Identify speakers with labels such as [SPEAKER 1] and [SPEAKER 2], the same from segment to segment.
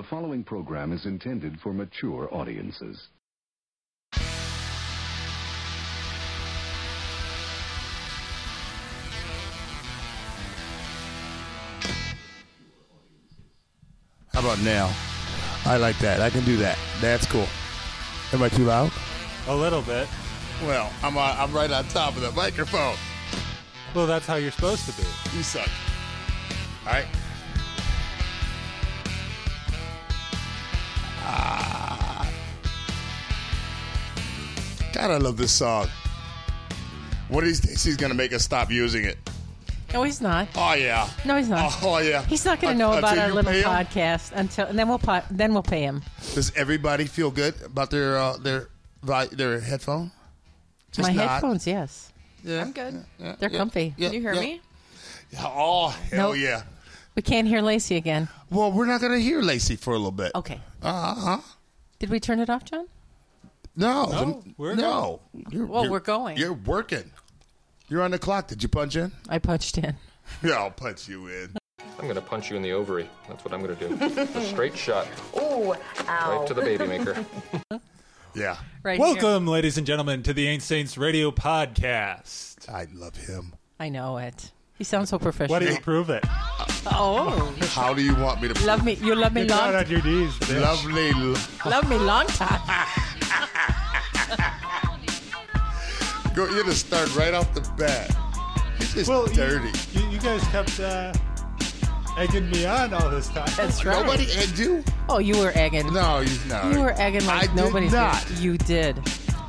[SPEAKER 1] The following program is intended for mature audiences.
[SPEAKER 2] How about now? I like that. I can do that. That's cool. Am I too loud?
[SPEAKER 3] A little bit.
[SPEAKER 2] Well, I'm uh, I'm right on top of the microphone.
[SPEAKER 3] Well, that's how you're supposed to be.
[SPEAKER 2] You suck. All right. Ah. God, I love this song. One of these days, he's gonna make us stop using it.
[SPEAKER 4] No, he's not.
[SPEAKER 2] Oh yeah.
[SPEAKER 4] No, he's not.
[SPEAKER 2] Oh yeah.
[SPEAKER 4] He's not going to know
[SPEAKER 2] Un-
[SPEAKER 4] about
[SPEAKER 2] until
[SPEAKER 4] our
[SPEAKER 2] you
[SPEAKER 4] little
[SPEAKER 2] pay him?
[SPEAKER 4] podcast until, and then we'll po- then we'll pay him.
[SPEAKER 2] Does everybody feel good about their uh, their vi- their headphone? Just
[SPEAKER 4] My
[SPEAKER 2] nod.
[SPEAKER 4] headphones, yes,
[SPEAKER 2] Yeah,
[SPEAKER 5] I'm good.
[SPEAKER 2] yeah,
[SPEAKER 4] they're
[SPEAKER 2] yeah,
[SPEAKER 4] comfy.
[SPEAKER 2] yeah,
[SPEAKER 5] Can you hear
[SPEAKER 2] yeah.
[SPEAKER 5] me?
[SPEAKER 2] Oh hell
[SPEAKER 4] Nope.
[SPEAKER 2] yeah!
[SPEAKER 4] We can't hear Lacey again.
[SPEAKER 2] Well, we're not gonna hear Lacey for a little bit.
[SPEAKER 4] Okay,
[SPEAKER 2] Uh huh.
[SPEAKER 4] did we turn it off, John?
[SPEAKER 2] No,
[SPEAKER 3] No,
[SPEAKER 2] the-
[SPEAKER 3] we're
[SPEAKER 2] no. You're-
[SPEAKER 4] Well,
[SPEAKER 2] you're-
[SPEAKER 4] we're going.
[SPEAKER 2] You're working. You're on the clock. Did you punch in?
[SPEAKER 4] I punched in.
[SPEAKER 2] Yeah, I'll punch you in.
[SPEAKER 6] I'm gonna punch you in the ovary. That's what I'm gonna do. A straight shot. Ooh, Right to the baby maker.
[SPEAKER 2] Yeah,
[SPEAKER 4] Right. Here.
[SPEAKER 3] Welcome, ladies and gentlemen, to the Ain't Saints Radio Podcast.
[SPEAKER 2] I love him.
[SPEAKER 4] I know it. He sounds so professional.
[SPEAKER 3] Why do you prove it?
[SPEAKER 4] oh,
[SPEAKER 2] How do you want me to
[SPEAKER 4] love me. You love me
[SPEAKER 3] You're not
[SPEAKER 4] long.
[SPEAKER 3] on your knees. bitch.
[SPEAKER 2] lovely? l-
[SPEAKER 4] Love me long time.
[SPEAKER 2] Go, you're gonna start right off the bat. He's just
[SPEAKER 3] Well, you-
[SPEAKER 2] dirty.
[SPEAKER 3] You, you guys kept uh, egging me on all this time.
[SPEAKER 4] That's right.
[SPEAKER 2] Nobody and you?
[SPEAKER 4] Oh, you were egging.
[SPEAKER 2] No, he's not.
[SPEAKER 4] You were egging
[SPEAKER 2] I
[SPEAKER 4] like
[SPEAKER 2] did
[SPEAKER 4] nobody's
[SPEAKER 2] not.
[SPEAKER 4] business. You did.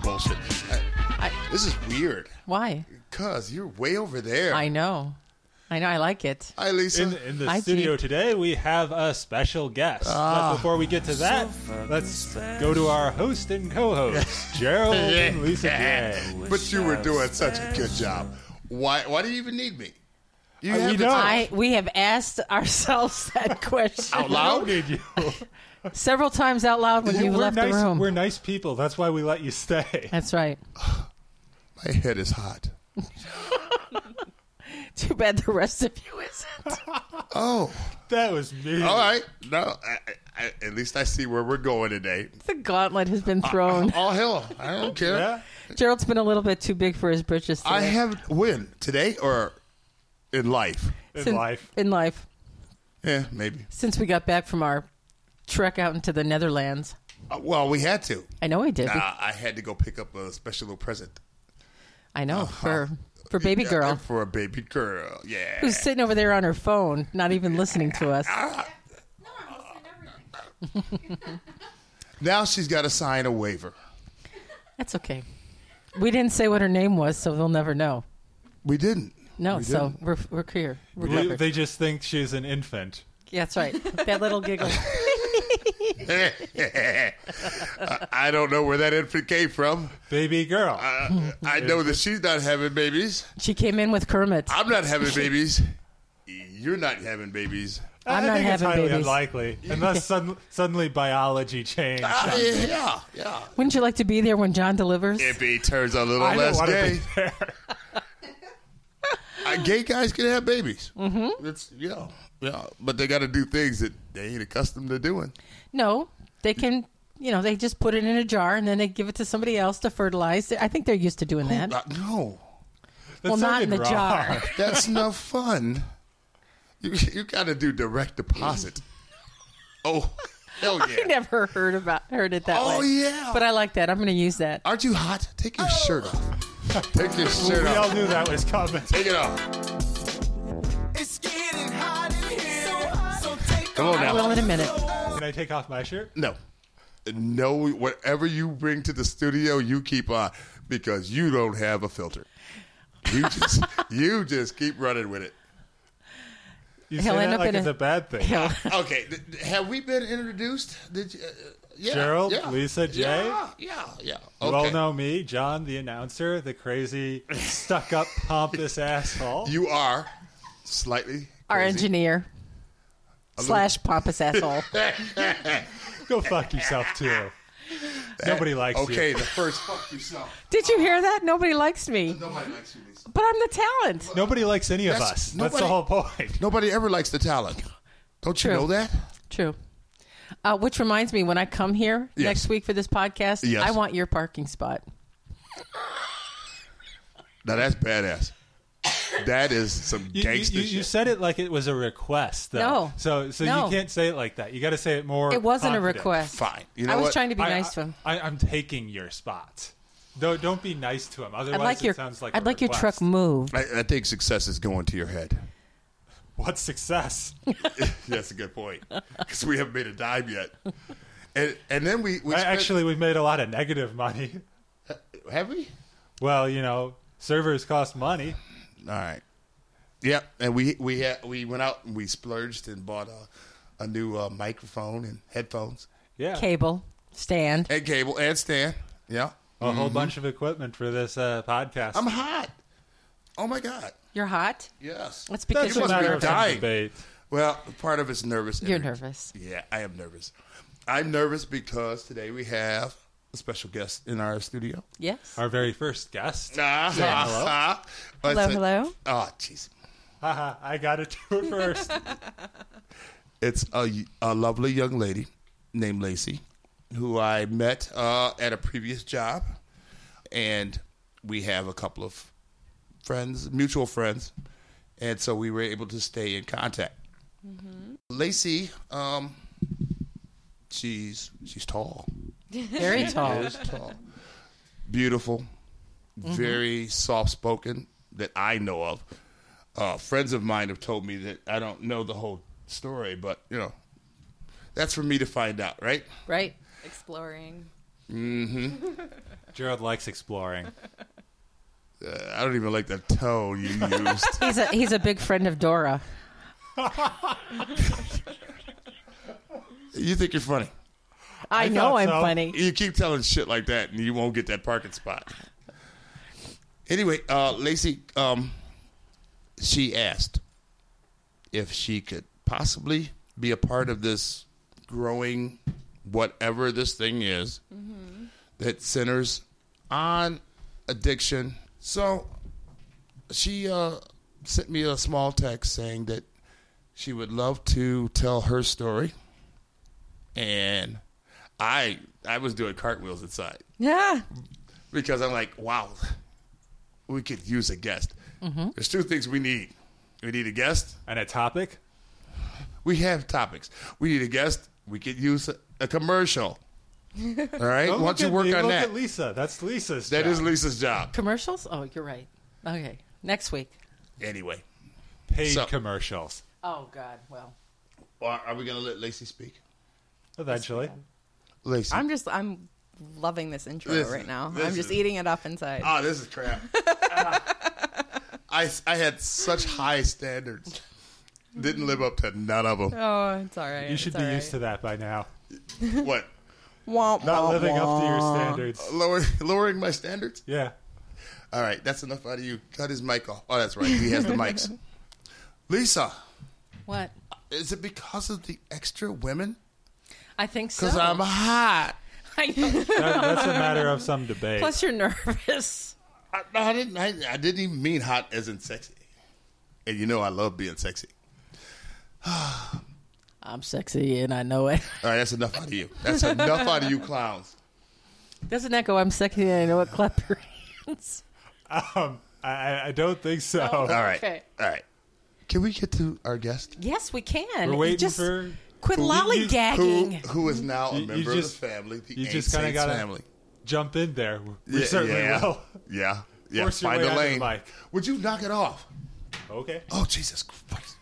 [SPEAKER 2] Bullshit. I-
[SPEAKER 4] I-
[SPEAKER 2] this is weird.
[SPEAKER 4] Why?
[SPEAKER 2] Cause you're way over there.
[SPEAKER 4] I know. I know. I like it.
[SPEAKER 2] Hi, Lisa.
[SPEAKER 3] In, in the
[SPEAKER 4] I
[SPEAKER 3] studio
[SPEAKER 4] did.
[SPEAKER 3] today, we have a special guest. but before we get to that, let's go to our host and co-host, Gerald and Lisa Gray.
[SPEAKER 2] but you were doing such a good job. Why? Why do you even need me? You
[SPEAKER 3] Uh, we
[SPEAKER 2] have the
[SPEAKER 3] don't.
[SPEAKER 2] time.
[SPEAKER 4] I we have asked ourselves that question
[SPEAKER 2] out loud.
[SPEAKER 3] Need you.
[SPEAKER 4] several times out loud when you
[SPEAKER 3] we're
[SPEAKER 4] left
[SPEAKER 3] nice.
[SPEAKER 4] the room.
[SPEAKER 3] We're nice people. That's why we let you stay.
[SPEAKER 4] That's right.
[SPEAKER 2] My head is hot.
[SPEAKER 4] Too bad the rest of you isn't.
[SPEAKER 2] Oh,
[SPEAKER 3] That was me.
[SPEAKER 2] all right. No, I, I, I- at least I see where we're going today.
[SPEAKER 4] The gauntlet has been thrown.
[SPEAKER 2] All hell, I don't care.
[SPEAKER 3] Yeah.
[SPEAKER 4] Gerald's been a little bit too big for his britches today.
[SPEAKER 2] I have when today or in life.
[SPEAKER 3] In
[SPEAKER 4] Sin-
[SPEAKER 3] life.
[SPEAKER 4] In life.
[SPEAKER 2] Yeah, maybe.
[SPEAKER 4] Since we got back from our trek out into the Netherlands.
[SPEAKER 2] Uh, well, we had to.
[SPEAKER 4] I know he did.
[SPEAKER 2] Uh, I had to go pick up a special little present
[SPEAKER 4] I know.
[SPEAKER 3] Uh-huh.
[SPEAKER 4] For for baby
[SPEAKER 2] Yeah,
[SPEAKER 4] girl.
[SPEAKER 2] for a baby girl. Yeah.
[SPEAKER 4] Who's sitting over there on her phone, not even listening to us.
[SPEAKER 2] now she's got to sign a waiver.
[SPEAKER 4] That's okay. We didn't say what her name was, so they'll never know.
[SPEAKER 2] We didn't.
[SPEAKER 4] No,
[SPEAKER 2] We
[SPEAKER 4] so
[SPEAKER 2] didn't.
[SPEAKER 4] we're, we're clear. We're
[SPEAKER 3] They-
[SPEAKER 4] covered.
[SPEAKER 3] they just think she's an infant.
[SPEAKER 4] Yeah, that's right. That little giggle.
[SPEAKER 2] I- I don't know where that infant came from.
[SPEAKER 3] Baby girl.
[SPEAKER 2] Uh, I know that she's not having babies.
[SPEAKER 4] She came in with Kermit.
[SPEAKER 2] I'm not having babies. You're not having babies.
[SPEAKER 3] I-
[SPEAKER 4] I'm
[SPEAKER 3] I
[SPEAKER 4] not
[SPEAKER 3] think it's
[SPEAKER 4] having
[SPEAKER 3] highly
[SPEAKER 4] babies.
[SPEAKER 3] unlikely, unless sudden, suddenly biology changed.
[SPEAKER 2] Ah, yeah, yeah.
[SPEAKER 4] Wouldn't you like to be there when John delivers?
[SPEAKER 2] If he turns a little
[SPEAKER 3] I don't
[SPEAKER 2] less
[SPEAKER 3] want to
[SPEAKER 2] gay,
[SPEAKER 3] be there.
[SPEAKER 2] uh, gay guys can have babies. Mm-hmm. It's yeah, yeah. But they got to do things that they ain't accustomed to doing.
[SPEAKER 4] No, they can. You know, they just put it in a jar and then they give it to somebody else to fertilize. I think they're used to doing that.
[SPEAKER 2] Uh, no,
[SPEAKER 3] That
[SPEAKER 4] well, not in the
[SPEAKER 3] sounded wrong.
[SPEAKER 4] jar.
[SPEAKER 2] that's no fun. You you got to do direct deposit. Oh, hell yeah!
[SPEAKER 4] I never heard about heard it that way.
[SPEAKER 2] Oh, yeah.
[SPEAKER 4] But I Oh. like that. I'm going to use that.
[SPEAKER 2] Aren't you hot? Take your shirt off. Take your shirt
[SPEAKER 3] We
[SPEAKER 2] off.
[SPEAKER 3] all knew that was coming.
[SPEAKER 2] Take it off.
[SPEAKER 7] It's getting hot in here. So, take
[SPEAKER 2] Come on
[SPEAKER 4] I
[SPEAKER 2] now.
[SPEAKER 4] will in a minute.
[SPEAKER 3] Can I take off my shirt?
[SPEAKER 2] No. No, whatever you bring to the studio, you keep on because you don't have a filter. You just you just keep running with it.
[SPEAKER 3] You
[SPEAKER 4] He'll
[SPEAKER 3] say
[SPEAKER 4] end
[SPEAKER 3] that
[SPEAKER 4] up
[SPEAKER 3] like
[SPEAKER 4] in
[SPEAKER 3] it's
[SPEAKER 4] a-
[SPEAKER 3] a bad thing.
[SPEAKER 4] Yeah.
[SPEAKER 2] Okay, th- th- have we been introduced? Did you, uh, yeah,
[SPEAKER 3] Gerald,
[SPEAKER 2] yeah,
[SPEAKER 3] Lisa, Jay?
[SPEAKER 2] Yeah, yeah, yeah.
[SPEAKER 3] You
[SPEAKER 2] Okay.
[SPEAKER 3] all know me, John, the announcer, the crazy, stuck-up, pompous asshole.
[SPEAKER 2] You are slightly
[SPEAKER 4] Our
[SPEAKER 2] crazy.
[SPEAKER 4] engineer slash pompous asshole.
[SPEAKER 3] Go fuck yourself too. Nobody likes
[SPEAKER 2] Okay,
[SPEAKER 3] you.
[SPEAKER 2] the first fuck yourself.
[SPEAKER 4] Did you hear that? Nobody likes me,
[SPEAKER 2] Nobody likes you, Lisa.
[SPEAKER 4] but I'm the talent.
[SPEAKER 3] Nobody likes any of
[SPEAKER 2] That's-
[SPEAKER 3] us. That's
[SPEAKER 2] nobody-
[SPEAKER 3] the whole point.
[SPEAKER 2] Nobody ever likes the talent. Don't you
[SPEAKER 4] True.
[SPEAKER 2] know that?
[SPEAKER 4] True. Uh, which reminds me, when I come here
[SPEAKER 2] Yes.
[SPEAKER 4] next week for this podcast,
[SPEAKER 2] Yes.
[SPEAKER 4] I want your parking spot.
[SPEAKER 2] Now that's badass. That is some
[SPEAKER 3] You, you,
[SPEAKER 2] gangster
[SPEAKER 3] you- you
[SPEAKER 2] shit.
[SPEAKER 3] said it like it was a request, though.
[SPEAKER 4] No.
[SPEAKER 3] So, so
[SPEAKER 4] No.
[SPEAKER 3] you can't say it like that. You got to say it more.
[SPEAKER 4] It wasn't a
[SPEAKER 3] confident.
[SPEAKER 4] request.
[SPEAKER 2] Fine. You know
[SPEAKER 4] I was
[SPEAKER 2] what?
[SPEAKER 4] trying to be
[SPEAKER 3] I-
[SPEAKER 4] nice to
[SPEAKER 3] I,
[SPEAKER 4] him.
[SPEAKER 3] I, am taking your spot. Though, don't be nice to him. Otherwise,
[SPEAKER 4] I'd like
[SPEAKER 3] it
[SPEAKER 4] your
[SPEAKER 3] sounds like a
[SPEAKER 4] I'd like your
[SPEAKER 3] request.
[SPEAKER 4] truck moved.
[SPEAKER 2] I, I think success is going to your head.
[SPEAKER 3] What success?
[SPEAKER 2] That's a good point because we haven't made a dime yet. And and then we, we
[SPEAKER 3] I-
[SPEAKER 2] spent-
[SPEAKER 3] actually, we've made a lot of negative money.
[SPEAKER 2] have we.
[SPEAKER 3] Well, you know, servers cost money.
[SPEAKER 2] All right. Yep. And we we had, we went out and we splurged and bought a, a new uh, microphone and headphones
[SPEAKER 3] Yeah.
[SPEAKER 4] Cable stand.
[SPEAKER 2] and cable and stand. Yeah.
[SPEAKER 3] A whole bunch of equipment for this uh, podcast.
[SPEAKER 2] I'm hot. Oh my god.
[SPEAKER 4] You're hot.
[SPEAKER 2] Yes.
[SPEAKER 3] That's
[SPEAKER 4] That's because
[SPEAKER 2] You
[SPEAKER 3] a
[SPEAKER 4] you're
[SPEAKER 2] must be
[SPEAKER 3] matter of
[SPEAKER 4] nervous.
[SPEAKER 3] some
[SPEAKER 2] dying.
[SPEAKER 3] debate.
[SPEAKER 2] Well, part of it's nervous.
[SPEAKER 4] You're
[SPEAKER 2] energy.
[SPEAKER 4] nervous.
[SPEAKER 2] Yeah, I am nervous. I'm nervous because today we have a special guest in our studio.
[SPEAKER 4] Yes.
[SPEAKER 3] Our very first guest.
[SPEAKER 2] Ah, ah, ah.
[SPEAKER 5] Hello, hello.
[SPEAKER 2] Oh, jeez.
[SPEAKER 3] Haha, I got to do it first.
[SPEAKER 2] It's a, a lovely young lady named Lacey who I met uh, at a previous job. And we have a couple of friends, mutual friends. And so we were able to stay in contact. Lacey, um, she's she's tall.
[SPEAKER 4] Very tall.
[SPEAKER 2] is tall, beautiful, very soft spoken that I know of. Uh, friends of mine have told me that I don't know the whole story, but you know, that's for me to find out, right?
[SPEAKER 4] Right.
[SPEAKER 5] Exploring.
[SPEAKER 3] Gerald likes exploring.
[SPEAKER 2] Uh, I don't even like the tone you used.
[SPEAKER 4] He's a he's a big friend of Dora.
[SPEAKER 2] you think you're funny.
[SPEAKER 4] I, know
[SPEAKER 3] thought
[SPEAKER 4] I'm
[SPEAKER 3] so.
[SPEAKER 4] funny.
[SPEAKER 2] You keep telling shit like that, and you won't get that parking spot. Anyway, uh, Lacey, um, she asked if she could possibly be a part of this growing, whatever this thing is, that centers on addiction. So she uh, sent me a small text saying that she would love to tell her story and I I was doing cartwheels inside
[SPEAKER 5] Yeah.
[SPEAKER 2] because I'm like, wow, we could use a guest.
[SPEAKER 3] Mm-hmm.
[SPEAKER 2] There's two things we need. We need a guest.
[SPEAKER 3] And a topic?
[SPEAKER 2] We have topics. We need a guest. We could use a, a commercial. All right,
[SPEAKER 3] Don't
[SPEAKER 2] why
[SPEAKER 3] look
[SPEAKER 2] don't you
[SPEAKER 3] at
[SPEAKER 2] work
[SPEAKER 3] me,
[SPEAKER 2] on
[SPEAKER 3] look
[SPEAKER 2] that?
[SPEAKER 3] at Lisa. That's Lisa's.
[SPEAKER 2] That is
[SPEAKER 3] job.
[SPEAKER 2] Lisa's job.
[SPEAKER 4] Commercials? Oh, you're right. Okay. Next week.
[SPEAKER 2] Anyway,
[SPEAKER 3] paid
[SPEAKER 2] So-
[SPEAKER 3] commercials.
[SPEAKER 4] Oh God. Well,
[SPEAKER 2] are are we gonna let Lacey speak?
[SPEAKER 3] Eventually.
[SPEAKER 2] Lacey,
[SPEAKER 5] I'm just I'm loving this intro
[SPEAKER 2] This-
[SPEAKER 5] right now.
[SPEAKER 2] this
[SPEAKER 5] I'm just
[SPEAKER 2] is-
[SPEAKER 5] eating it up inside.
[SPEAKER 3] Ah.
[SPEAKER 2] Oh, this is crap. I I had such high standards, didn't live up to none of them.
[SPEAKER 5] oh, it's all right.
[SPEAKER 3] You should be used to that by now.
[SPEAKER 2] What?
[SPEAKER 5] Womp,
[SPEAKER 3] Not
[SPEAKER 5] womp,
[SPEAKER 3] living up to your
[SPEAKER 5] womp.
[SPEAKER 3] standards.
[SPEAKER 2] Lower, lowering my standards?
[SPEAKER 3] Yeah.
[SPEAKER 2] All right, that's enough out of you. Cut his mic off. Oh, that's right. He has the mics. Lisa,
[SPEAKER 4] what?
[SPEAKER 2] is it because of the extra women?
[SPEAKER 4] I think so.
[SPEAKER 2] Because I'm hot.
[SPEAKER 4] I know.
[SPEAKER 3] That- that's a matter of some debate.
[SPEAKER 4] Plus, you're nervous.
[SPEAKER 2] I, no, I didn't. I, I didn't even mean hot as in sexy. And you know I love being sexy.
[SPEAKER 4] I'm sexy and I know it.
[SPEAKER 2] All right, that's enough out of you. That's enough out of you clowns.
[SPEAKER 4] Doesn't that go? I'm sexy and I know it. Clap your hands.
[SPEAKER 3] um, I- I, I don't think so.
[SPEAKER 2] All right,
[SPEAKER 4] Okay.
[SPEAKER 2] all right. Can we get to our guest?
[SPEAKER 4] Yes, we can.
[SPEAKER 3] We're
[SPEAKER 4] You
[SPEAKER 3] waiting
[SPEAKER 4] just
[SPEAKER 3] for.
[SPEAKER 4] quit lollygagging.
[SPEAKER 2] Who, who is now a
[SPEAKER 3] You- you
[SPEAKER 2] member
[SPEAKER 3] just-
[SPEAKER 2] of the family, the
[SPEAKER 3] you
[SPEAKER 2] Ain't
[SPEAKER 3] just kinda
[SPEAKER 2] Saints
[SPEAKER 3] gotta-
[SPEAKER 2] family.
[SPEAKER 3] Jump in there. We
[SPEAKER 2] Yeah,
[SPEAKER 3] certainly
[SPEAKER 2] yeah.
[SPEAKER 3] will.
[SPEAKER 2] Yeah. Yeah.
[SPEAKER 3] Force your
[SPEAKER 2] Find
[SPEAKER 3] way
[SPEAKER 2] a
[SPEAKER 3] onto the
[SPEAKER 2] lane.
[SPEAKER 3] mic.
[SPEAKER 2] Would you knock it off?
[SPEAKER 3] Okay.
[SPEAKER 2] Oh Jesus Christ.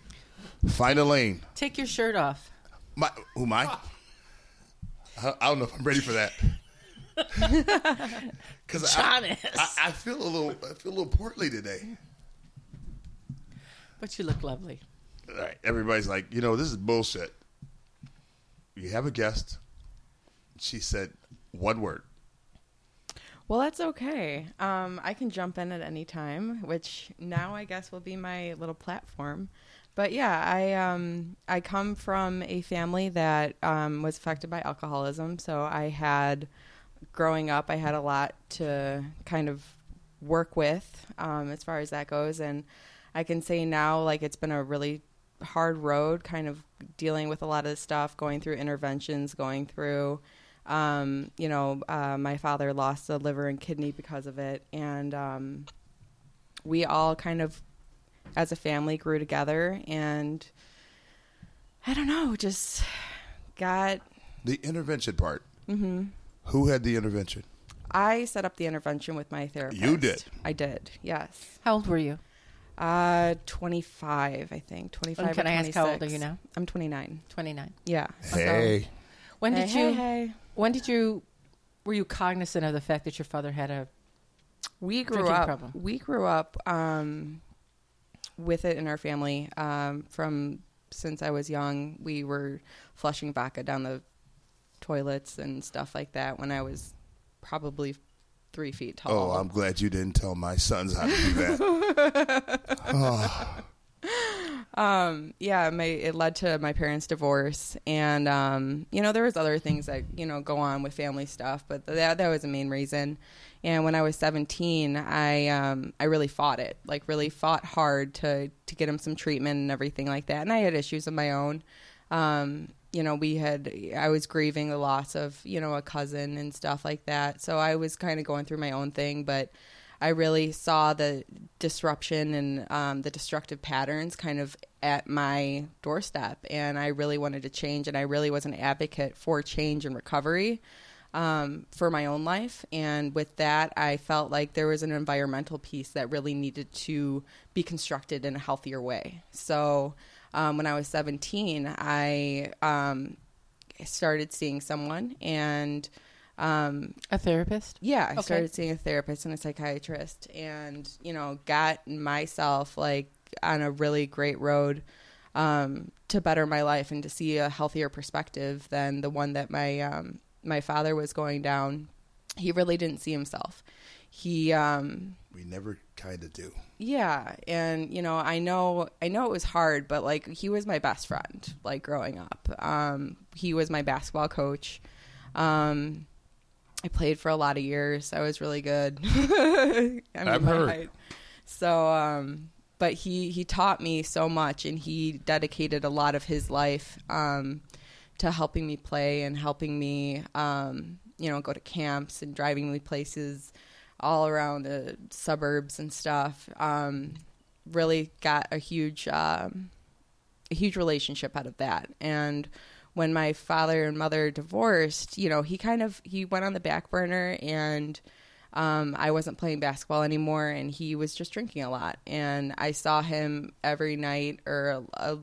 [SPEAKER 2] Find a lane.
[SPEAKER 4] Take your shirt off.
[SPEAKER 2] My who am I? I, I don't know if I'm ready for that. Cause I,
[SPEAKER 4] Honest.
[SPEAKER 2] I, I feel a little I feel a little portly today.
[SPEAKER 4] but you look lovely.
[SPEAKER 2] All right. Everybody's like, you know, this is bullshit. You have a guest. She said one word.
[SPEAKER 5] Well, that's okay. Um, I can jump in at any time, which now I guess will be my little platform. But yeah, I um, I come from a family that um, was affected by alcoholism, so I had growing up, I had a lot to kind of work with um, as far as that goes, and I can say now, like it's been a really hard road, kind of dealing with a lot of stuff, going through interventions, going through, um, you know, uh, my father lost a liver and kidney because of it, and um, we all kind of, as a family, grew together, and I don't know, just got.
[SPEAKER 2] The intervention part. Mm-hmm. Who had the intervention?
[SPEAKER 5] I set up the intervention with my therapist.
[SPEAKER 2] did.
[SPEAKER 5] I did. Yes.
[SPEAKER 4] How old were you?
[SPEAKER 5] Uh, 25, I think. 25
[SPEAKER 4] And can
[SPEAKER 5] or
[SPEAKER 4] I ask how old
[SPEAKER 5] 26.
[SPEAKER 4] are you now?
[SPEAKER 5] I'm 29.
[SPEAKER 4] 29.
[SPEAKER 5] Yeah.
[SPEAKER 2] Hey,
[SPEAKER 4] When did
[SPEAKER 5] Hey,
[SPEAKER 4] you
[SPEAKER 5] hey, hey.
[SPEAKER 4] when did you were you cognizant of the fact that your father had a
[SPEAKER 5] We grew
[SPEAKER 4] Drinking
[SPEAKER 5] up
[SPEAKER 4] problem.
[SPEAKER 5] we grew up um with it in our family um from since I was young. We were flushing vodka down the toilets and stuff like that when I was probably 3 feet
[SPEAKER 2] oh,
[SPEAKER 5] tall.
[SPEAKER 2] I'm glad you didn't tell my sons how to do that.
[SPEAKER 5] yeah, my it led to my parents' divorce, and um, you know there was other things that you know go on with family stuff, but that that was the main reason. And when I was seventeen, I um, I really fought it, like really fought hard to to get him some treatment and everything like that. And I had issues of my own. Um, you know, we had I was grieving the loss of you know a cousin and stuff like that, so I was kind of going through my own thing, but. I really saw the disruption and um, the destructive patterns kind of at my doorstep, and I really wanted to change. And I really was an advocate for change and recovery um, for my own life. And with that, I felt like there was an environmental piece that really needed to be constructed in a healthier way. So um, when I was 17, I um, started seeing someone, and um,
[SPEAKER 4] a therapist?
[SPEAKER 5] yeah, I
[SPEAKER 4] Okay.
[SPEAKER 5] started seeing a therapist and a psychiatrist, and you know, got myself like on a really great road um, to better my life and to see a healthier perspective than the one that my um, my father was going down. He really didn't see himself. He um,
[SPEAKER 2] we never kind of do.
[SPEAKER 5] yeah, and you know, I know, I know it was hard, but like he was my best friend, like growing up. Um, he was my basketball coach. Um, I played for a lot of years. I was really good. I
[SPEAKER 2] I've
[SPEAKER 5] my
[SPEAKER 2] heard.
[SPEAKER 5] So, um, but he he taught me so much, and he dedicated a lot of his life um, to helping me play and helping me, um, you know, go to camps and driving me places all around the suburbs and stuff. Um, really got a huge. Um, a huge relationship out of that. And when my father and mother divorced, you know, he kind of he went on the back burner and um, I wasn't playing basketball anymore and he was just drinking a lot. And I saw him every night or a, a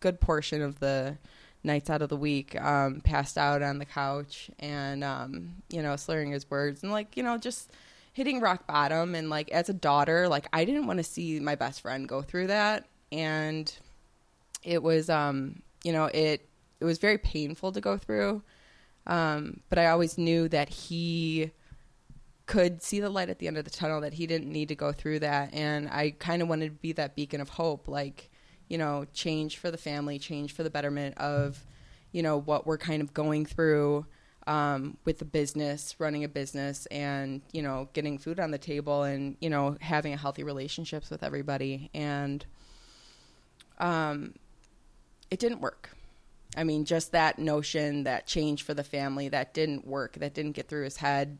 [SPEAKER 5] good portion of the nights out of the week um, passed out on the couch and um, you know slurring his words and like you know just hitting rock bottom and like as a daughter like i didn't want to see my best friend go through that and it was um you know it it was very painful to go through um but i always knew that he could see the light at the end of the tunnel that he didn't need to go through that and i kind of wanted to be that beacon of hope like you know change for the family change for the betterment of you know what we're kind of going through um, with the business running a business and you know getting food on the table and you know having a healthy relationships with everybody and it didn't work. I mean, just that notion, that change for the family, that didn't work. That didn't get through his head.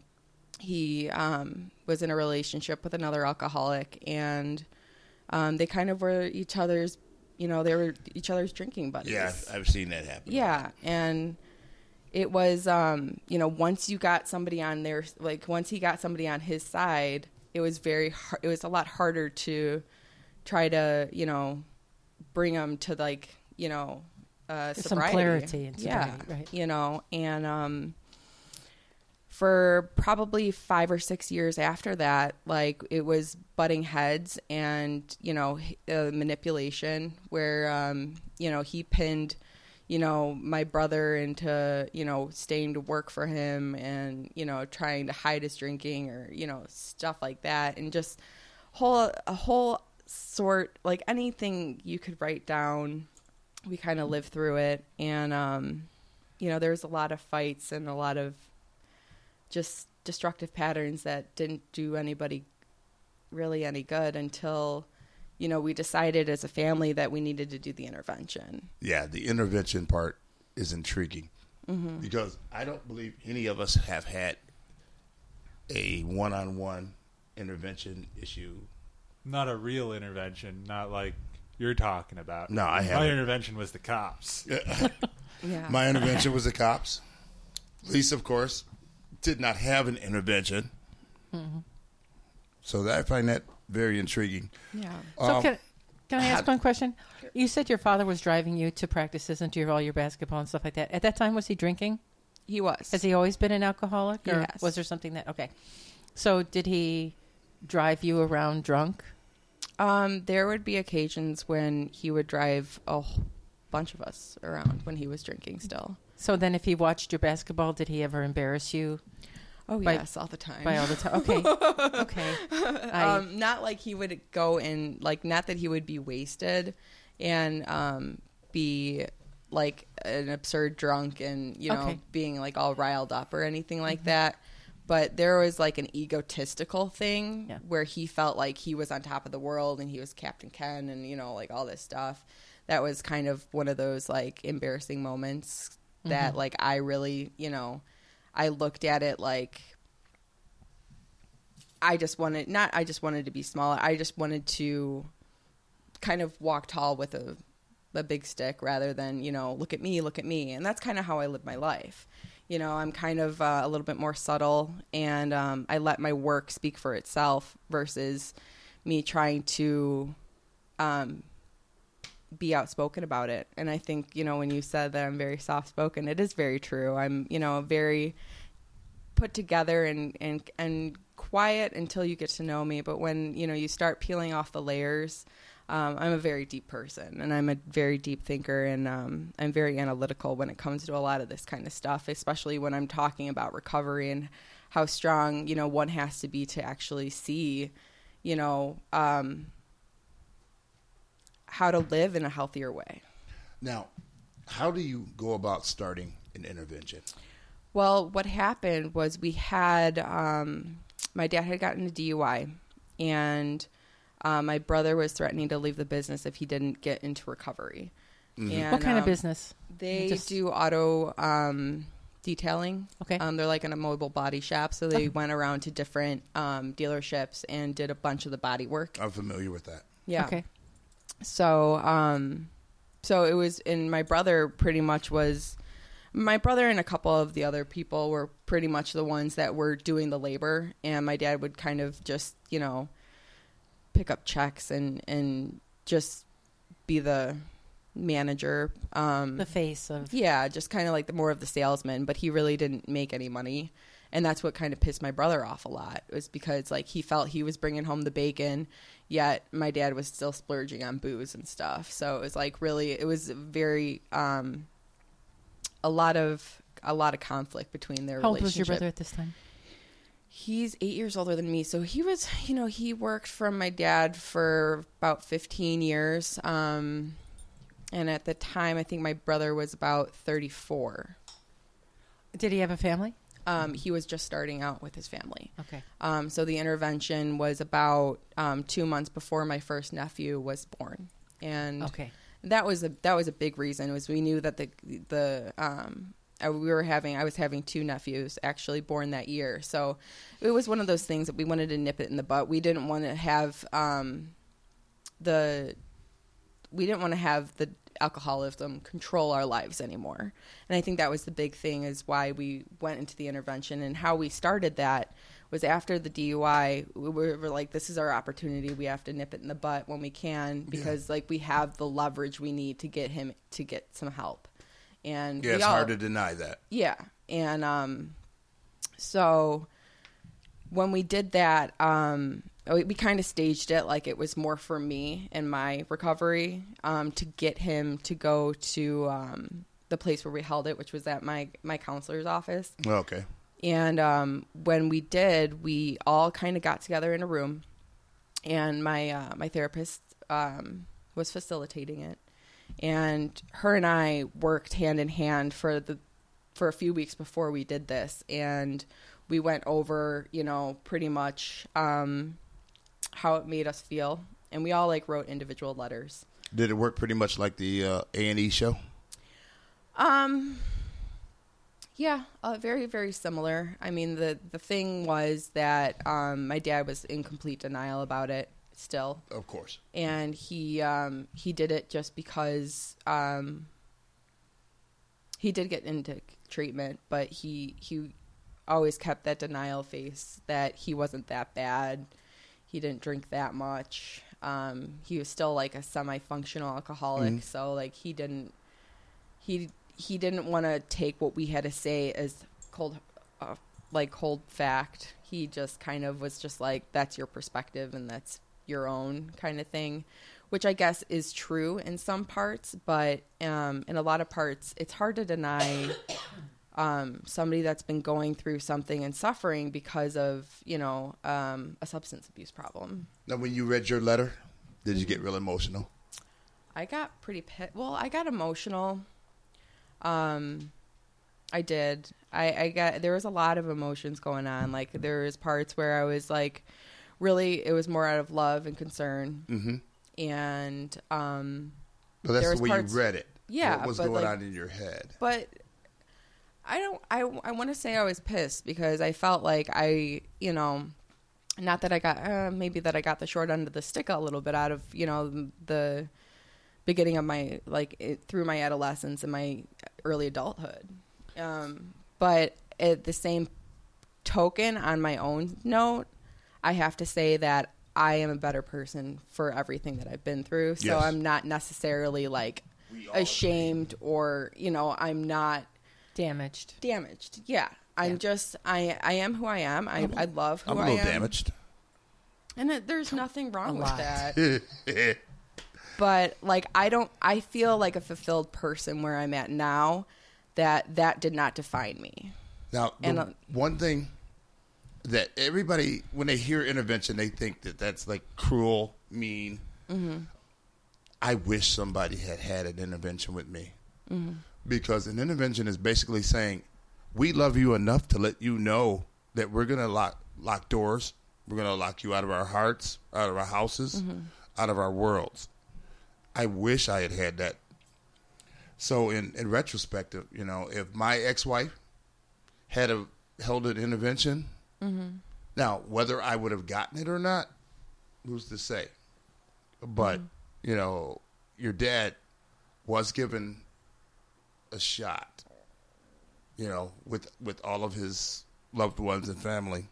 [SPEAKER 5] He um, was in a relationship with another alcoholic, and um, they kind of were each other's, you know, they were each other's drinking buddies.
[SPEAKER 2] Yeah, I've, I've seen that happen.
[SPEAKER 5] Yeah, and it was um, you know, once you got somebody on their like once he got somebody on his side, it was very har- it was a lot harder to try to, you know, bring them to like, you know, uh
[SPEAKER 4] Some
[SPEAKER 5] sobriety.
[SPEAKER 4] clarity and sobriety,
[SPEAKER 5] yeah,
[SPEAKER 4] right.
[SPEAKER 5] You know, and um for probably five or six years after that, like it was butting heads and you know h- uh, manipulation, where um, you know he pinned, you know my brother into you know staying to work for him and you know trying to hide his drinking or you know stuff like that, and just whole a whole sort like anything you could write down. We kind of lived through it, and um, you know there was a lot of fights and a lot of just destructive patterns that didn't do anybody really any good until you know, we decided as a family that we needed to do the intervention.
[SPEAKER 2] yeah, the intervention part is intriguing because I don't believe any of us have had a one-on-one intervention issue.
[SPEAKER 3] Not a real intervention, not like you're talking about.
[SPEAKER 2] No, I
[SPEAKER 3] My
[SPEAKER 2] haven't.
[SPEAKER 3] intervention was the cops.
[SPEAKER 5] Yeah.
[SPEAKER 2] My intervention was the cops. Lisa, of course, did not have an intervention, Mm-hmm. so that, I find that very intriguing.
[SPEAKER 5] yeah.
[SPEAKER 4] So
[SPEAKER 2] Um,
[SPEAKER 4] can, can I ask one question? You said your father was driving you to practices and to your, all your basketball and stuff like that. At that time, was he drinking?
[SPEAKER 5] He was.
[SPEAKER 4] Has he always been an alcoholic, or
[SPEAKER 5] Yes.
[SPEAKER 4] was there something that? Okay, so did he drive you around drunk?
[SPEAKER 5] Um, there would be occasions when he would drive a wh- bunch of us around when he was drinking still.
[SPEAKER 4] So then, if he watched your basketball, did he ever embarrass you
[SPEAKER 5] Oh
[SPEAKER 4] By-
[SPEAKER 5] yes, all the time.
[SPEAKER 4] by all the time? Okay, okay. I,
[SPEAKER 5] um, not like he would go and like not that he would be wasted and um, be like an absurd drunk and you know
[SPEAKER 4] Okay. Mm-hmm.
[SPEAKER 5] being like all riled up or anything like that. But there was like an egotistical thing
[SPEAKER 4] Yeah.
[SPEAKER 5] where he felt like he was on top of the world and he was Captain Ken and you know like all this stuff. That was kind of one of those like embarrassing moments that
[SPEAKER 4] Mm-hmm.
[SPEAKER 5] like I really you know I looked at it like I just wanted not I just wanted to be smaller. I just wanted to kind of walk tall with a a big stick rather than, you know, look at me, look at me. And that's kind of how I live my life. You know, I'm kind of uh, a little bit more subtle and um, I let my work speak for itself versus me trying to um, be outspoken about it. And I think, you know, when you said that I'm very soft spoken, it is very true. I'm, you know, very put together and, and and quiet until you get to know me. But when you know you start peeling off the layers, um, I'm a very deep person and I'm a very deep thinker and um, I'm very analytical when it comes to a lot of this kind of stuff, especially when I'm talking about recovery and how strong you know one has to be to actually see, you know, um, how to live in a healthier way.
[SPEAKER 2] Now, how do you go about starting an intervention?
[SPEAKER 5] Well, what happened was we had um, my dad had gotten a DUI, and uh, my brother was threatening to leave the business if he didn't get into recovery. And,
[SPEAKER 4] what kind of
[SPEAKER 5] um,
[SPEAKER 4] business?
[SPEAKER 5] They
[SPEAKER 4] Just-
[SPEAKER 5] do auto um, detailing.
[SPEAKER 4] Okay. Oh.
[SPEAKER 5] Um, they're like an immobile body shop, so they went around to different um, dealerships and did a bunch of the body work.
[SPEAKER 2] I'm familiar with that.
[SPEAKER 5] Yeah.
[SPEAKER 4] Okay.
[SPEAKER 5] So, um, so it was, and my brother pretty much was, my brother and a couple of the other people were pretty much the ones that were doing the labor, and my dad would kind of just, you know, pick up checks and and just be the manager. Um,
[SPEAKER 4] The face of
[SPEAKER 5] yeah, just kind of like the more of the salesman, but he really didn't make any money. And that's what kind of pissed my brother off a lot was because like he felt he was bringing home the bacon, yet my dad was still splurging on booze and stuff. So it was like really it was very um a lot of a lot of conflict between their
[SPEAKER 4] how old was your
[SPEAKER 5] relationship.
[SPEAKER 4] brother at this time?
[SPEAKER 5] He's 8 years older than me. So he was, you know, he worked from my dad for about 15 years. Um and at the time I think my brother was about 34.
[SPEAKER 4] Did he have a family?
[SPEAKER 5] um, he was just starting out with his family.
[SPEAKER 4] Okay.
[SPEAKER 5] Um, so the intervention was about um, two months before my first nephew was born, and
[SPEAKER 4] Okay.
[SPEAKER 5] that was a that was a big reason was we knew that the the um, I, we were having I was having two nephews actually born that year, so it was one of those things that we wanted to nip it in the butt. We didn't want to have um, the we didn't want to have the alcoholism control our lives anymore. And I think that was the big thing is why we went into the intervention and how we started that was after the DUI, we were, were like, this is our opportunity. We have to nip it in the butt when we can because like we have the leverage we need to get him to get some help. And
[SPEAKER 2] Yeah,
[SPEAKER 5] we
[SPEAKER 2] it's
[SPEAKER 5] all-
[SPEAKER 2] hard to deny that.
[SPEAKER 5] yeah. And um so when we did that, um we, we kind of staged it like it was more for me and my recovery um to get him to go to um the place where we held it, which was at my my counselor's office.
[SPEAKER 2] Okay.
[SPEAKER 5] And um, when we did, we all kind of got together in a room, and my uh, my therapist um, was facilitating it, and her and I worked hand in hand for the for a few weeks before we did this, and we went over, you know, pretty much um, how it made us feel and we all like wrote individual letters.
[SPEAKER 2] Did it work pretty much like the uh, A&E show?
[SPEAKER 5] Um, yeah, uh, very very similar. I mean, the the thing was that um, my dad was in complete denial about it still,
[SPEAKER 2] Of course.
[SPEAKER 5] and he um, he did it just because um, he did get into c- treatment, but he he always kept that denial face that he wasn't that bad. He didn't drink that much. Um, he was still like a semi-functional alcoholic, so like he didn't he he didn't want to take what we had to say as cold uh, like cold fact he just kind of was just like that's your perspective and that's your own kind of thing which i guess is true in some parts but um in a lot of parts it's hard to deny um somebody that's been going through something and suffering because of you know um a substance abuse problem
[SPEAKER 2] Now, when you read your letter, did you get real emotional?
[SPEAKER 5] I got pretty pit. Well, I got emotional. Um, I did. I, I got there was a lot of emotions going on. Like there was parts where I was like, really, it was more out of love and concern. Mm-hmm. And um,
[SPEAKER 2] Well, that's
[SPEAKER 5] There
[SPEAKER 2] the
[SPEAKER 5] was
[SPEAKER 2] way
[SPEAKER 5] parts-
[SPEAKER 2] you read it.
[SPEAKER 5] Yeah,
[SPEAKER 2] What was
[SPEAKER 5] but,
[SPEAKER 2] going
[SPEAKER 5] like-
[SPEAKER 2] on in your head?
[SPEAKER 5] but I don't. I I want to say I was pissed because I felt like I, you know, not that I got uh, maybe that I got the short end of the stick a little bit out of you know the beginning of my like it, through my adolescence and my early adulthood. Um, but at the same token, on my own note, I have to say that I am a better person for everything that I've been through. So
[SPEAKER 2] Yes.
[SPEAKER 5] I'm not necessarily like ashamed or you know I'm not
[SPEAKER 4] Damaged.
[SPEAKER 5] damaged. Yeah. I'm just I I am who I am. I I love who
[SPEAKER 2] I'm a
[SPEAKER 5] I
[SPEAKER 2] little
[SPEAKER 5] am.
[SPEAKER 2] damaged.
[SPEAKER 5] And it, there's nothing wrong with
[SPEAKER 4] lot.
[SPEAKER 5] that. but like I don't I feel like a fulfilled person where I'm at now that that did not define me.
[SPEAKER 2] Now, the
[SPEAKER 5] And, uh,
[SPEAKER 2] one thing that everybody, when they hear intervention, they think that that's like cruel, mean.
[SPEAKER 5] Mm-hmm.
[SPEAKER 2] I wish somebody had had an intervention with me
[SPEAKER 5] Mm-hmm.
[SPEAKER 2] because an intervention is basically saying, "We love you enough to let you know that we're gonna lock lock doors. We're gonna lock you out of our hearts, out of our houses,
[SPEAKER 5] Mm-hmm.
[SPEAKER 2] out of our worlds." I wish I had had that. So, in in retrospective, you know, if my ex wife had a held an intervention. Now, whether I would have gotten it or not, who's to say? But you know, your dad was given a shot. You know, with with all of his loved ones and family,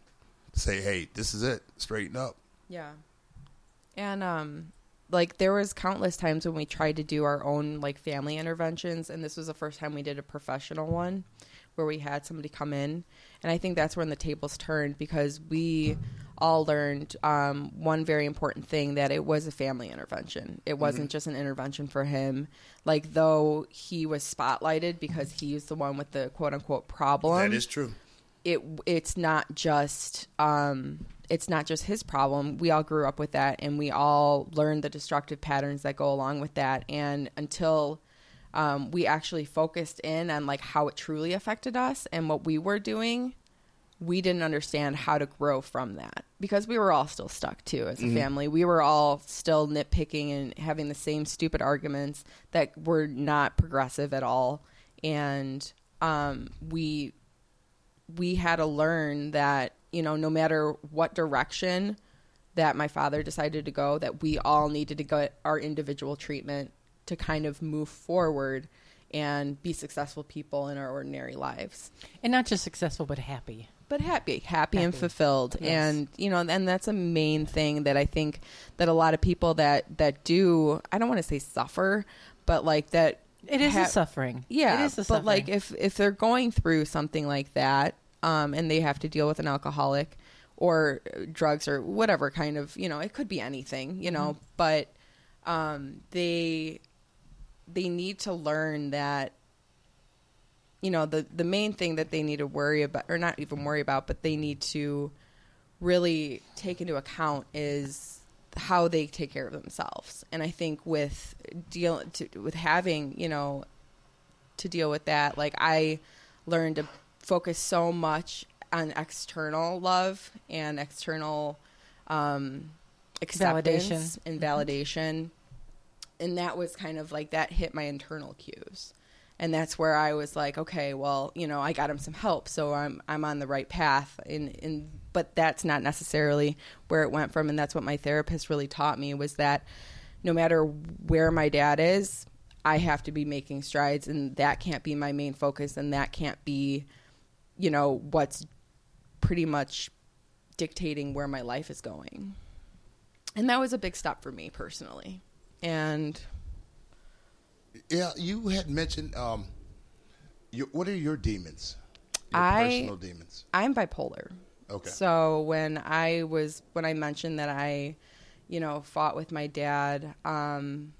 [SPEAKER 2] say, "Hey, this is it. Straighten up."
[SPEAKER 5] Yeah. And um like there was countless times when we tried to do our own like family interventions and this was the first time we did a professional one where we had somebody come in and I think that's when the tables turned because we all learned um, one very important thing that it was a family intervention. It wasn't just an intervention for him. Like though he was spotlighted because he's the one with the quote unquote problem
[SPEAKER 2] true.
[SPEAKER 5] it it's not just um it's not just his problem. We all grew up with that and we all learned the destructive patterns that go along with that and until um, we actually focused in on like how it truly affected us and what we were doing we didn't understand how to grow from that because we were all still stuck too as a family. We were all still nitpicking and having the same stupid arguments that were not progressive at all. And um, we we had to learn that you know no matter what direction that my father decided to go that we all needed to get our individual treatment to kind of move forward and be successful people in our ordinary lives
[SPEAKER 4] And not just successful, but happy.
[SPEAKER 5] but happy, happy, and
[SPEAKER 4] Happy.
[SPEAKER 5] fulfilled.
[SPEAKER 4] Yes.
[SPEAKER 5] And you know, and that's a main thing that I think that a lot of people that that do I don't want to say suffer, but like that
[SPEAKER 4] It is
[SPEAKER 5] ha-
[SPEAKER 4] a suffering.
[SPEAKER 5] Yeah,
[SPEAKER 4] It is a
[SPEAKER 5] but
[SPEAKER 4] suffering.
[SPEAKER 5] like if if they're going through something like that, um, and they have to deal with an alcoholic or uh, drugs or whatever kind of you know it could be anything you know,
[SPEAKER 4] Mm-hmm.
[SPEAKER 5] but um, they they need to learn that you know the the main thing that they need to worry about or not even worry about but they need to really take into account is how they take care of themselves and i think with deal to, with having you know to deal with that like i learned to focus so much on external love and external um acceptance
[SPEAKER 4] Validation.
[SPEAKER 5] and validation. And that was kind of like that hit my internal cues. And that's where I was like, okay, well, you know, I got him some help, so I'm I'm on the right path. And and but that's not necessarily where it went from. And that's what my therapist really taught me was that no matter where my dad is, I have to be making strides, and that can't be my main focus, and that can't be, you know, what's pretty much dictating where my life is going. And that was a big stop for me personally. And
[SPEAKER 2] Yeah, you had mentioned. Um, your, what are your demons? Your
[SPEAKER 5] I-
[SPEAKER 2] personal demons.
[SPEAKER 5] I'm bipolar.
[SPEAKER 2] Okay.
[SPEAKER 5] So when I was when I mentioned that I, you know, fought with my dad um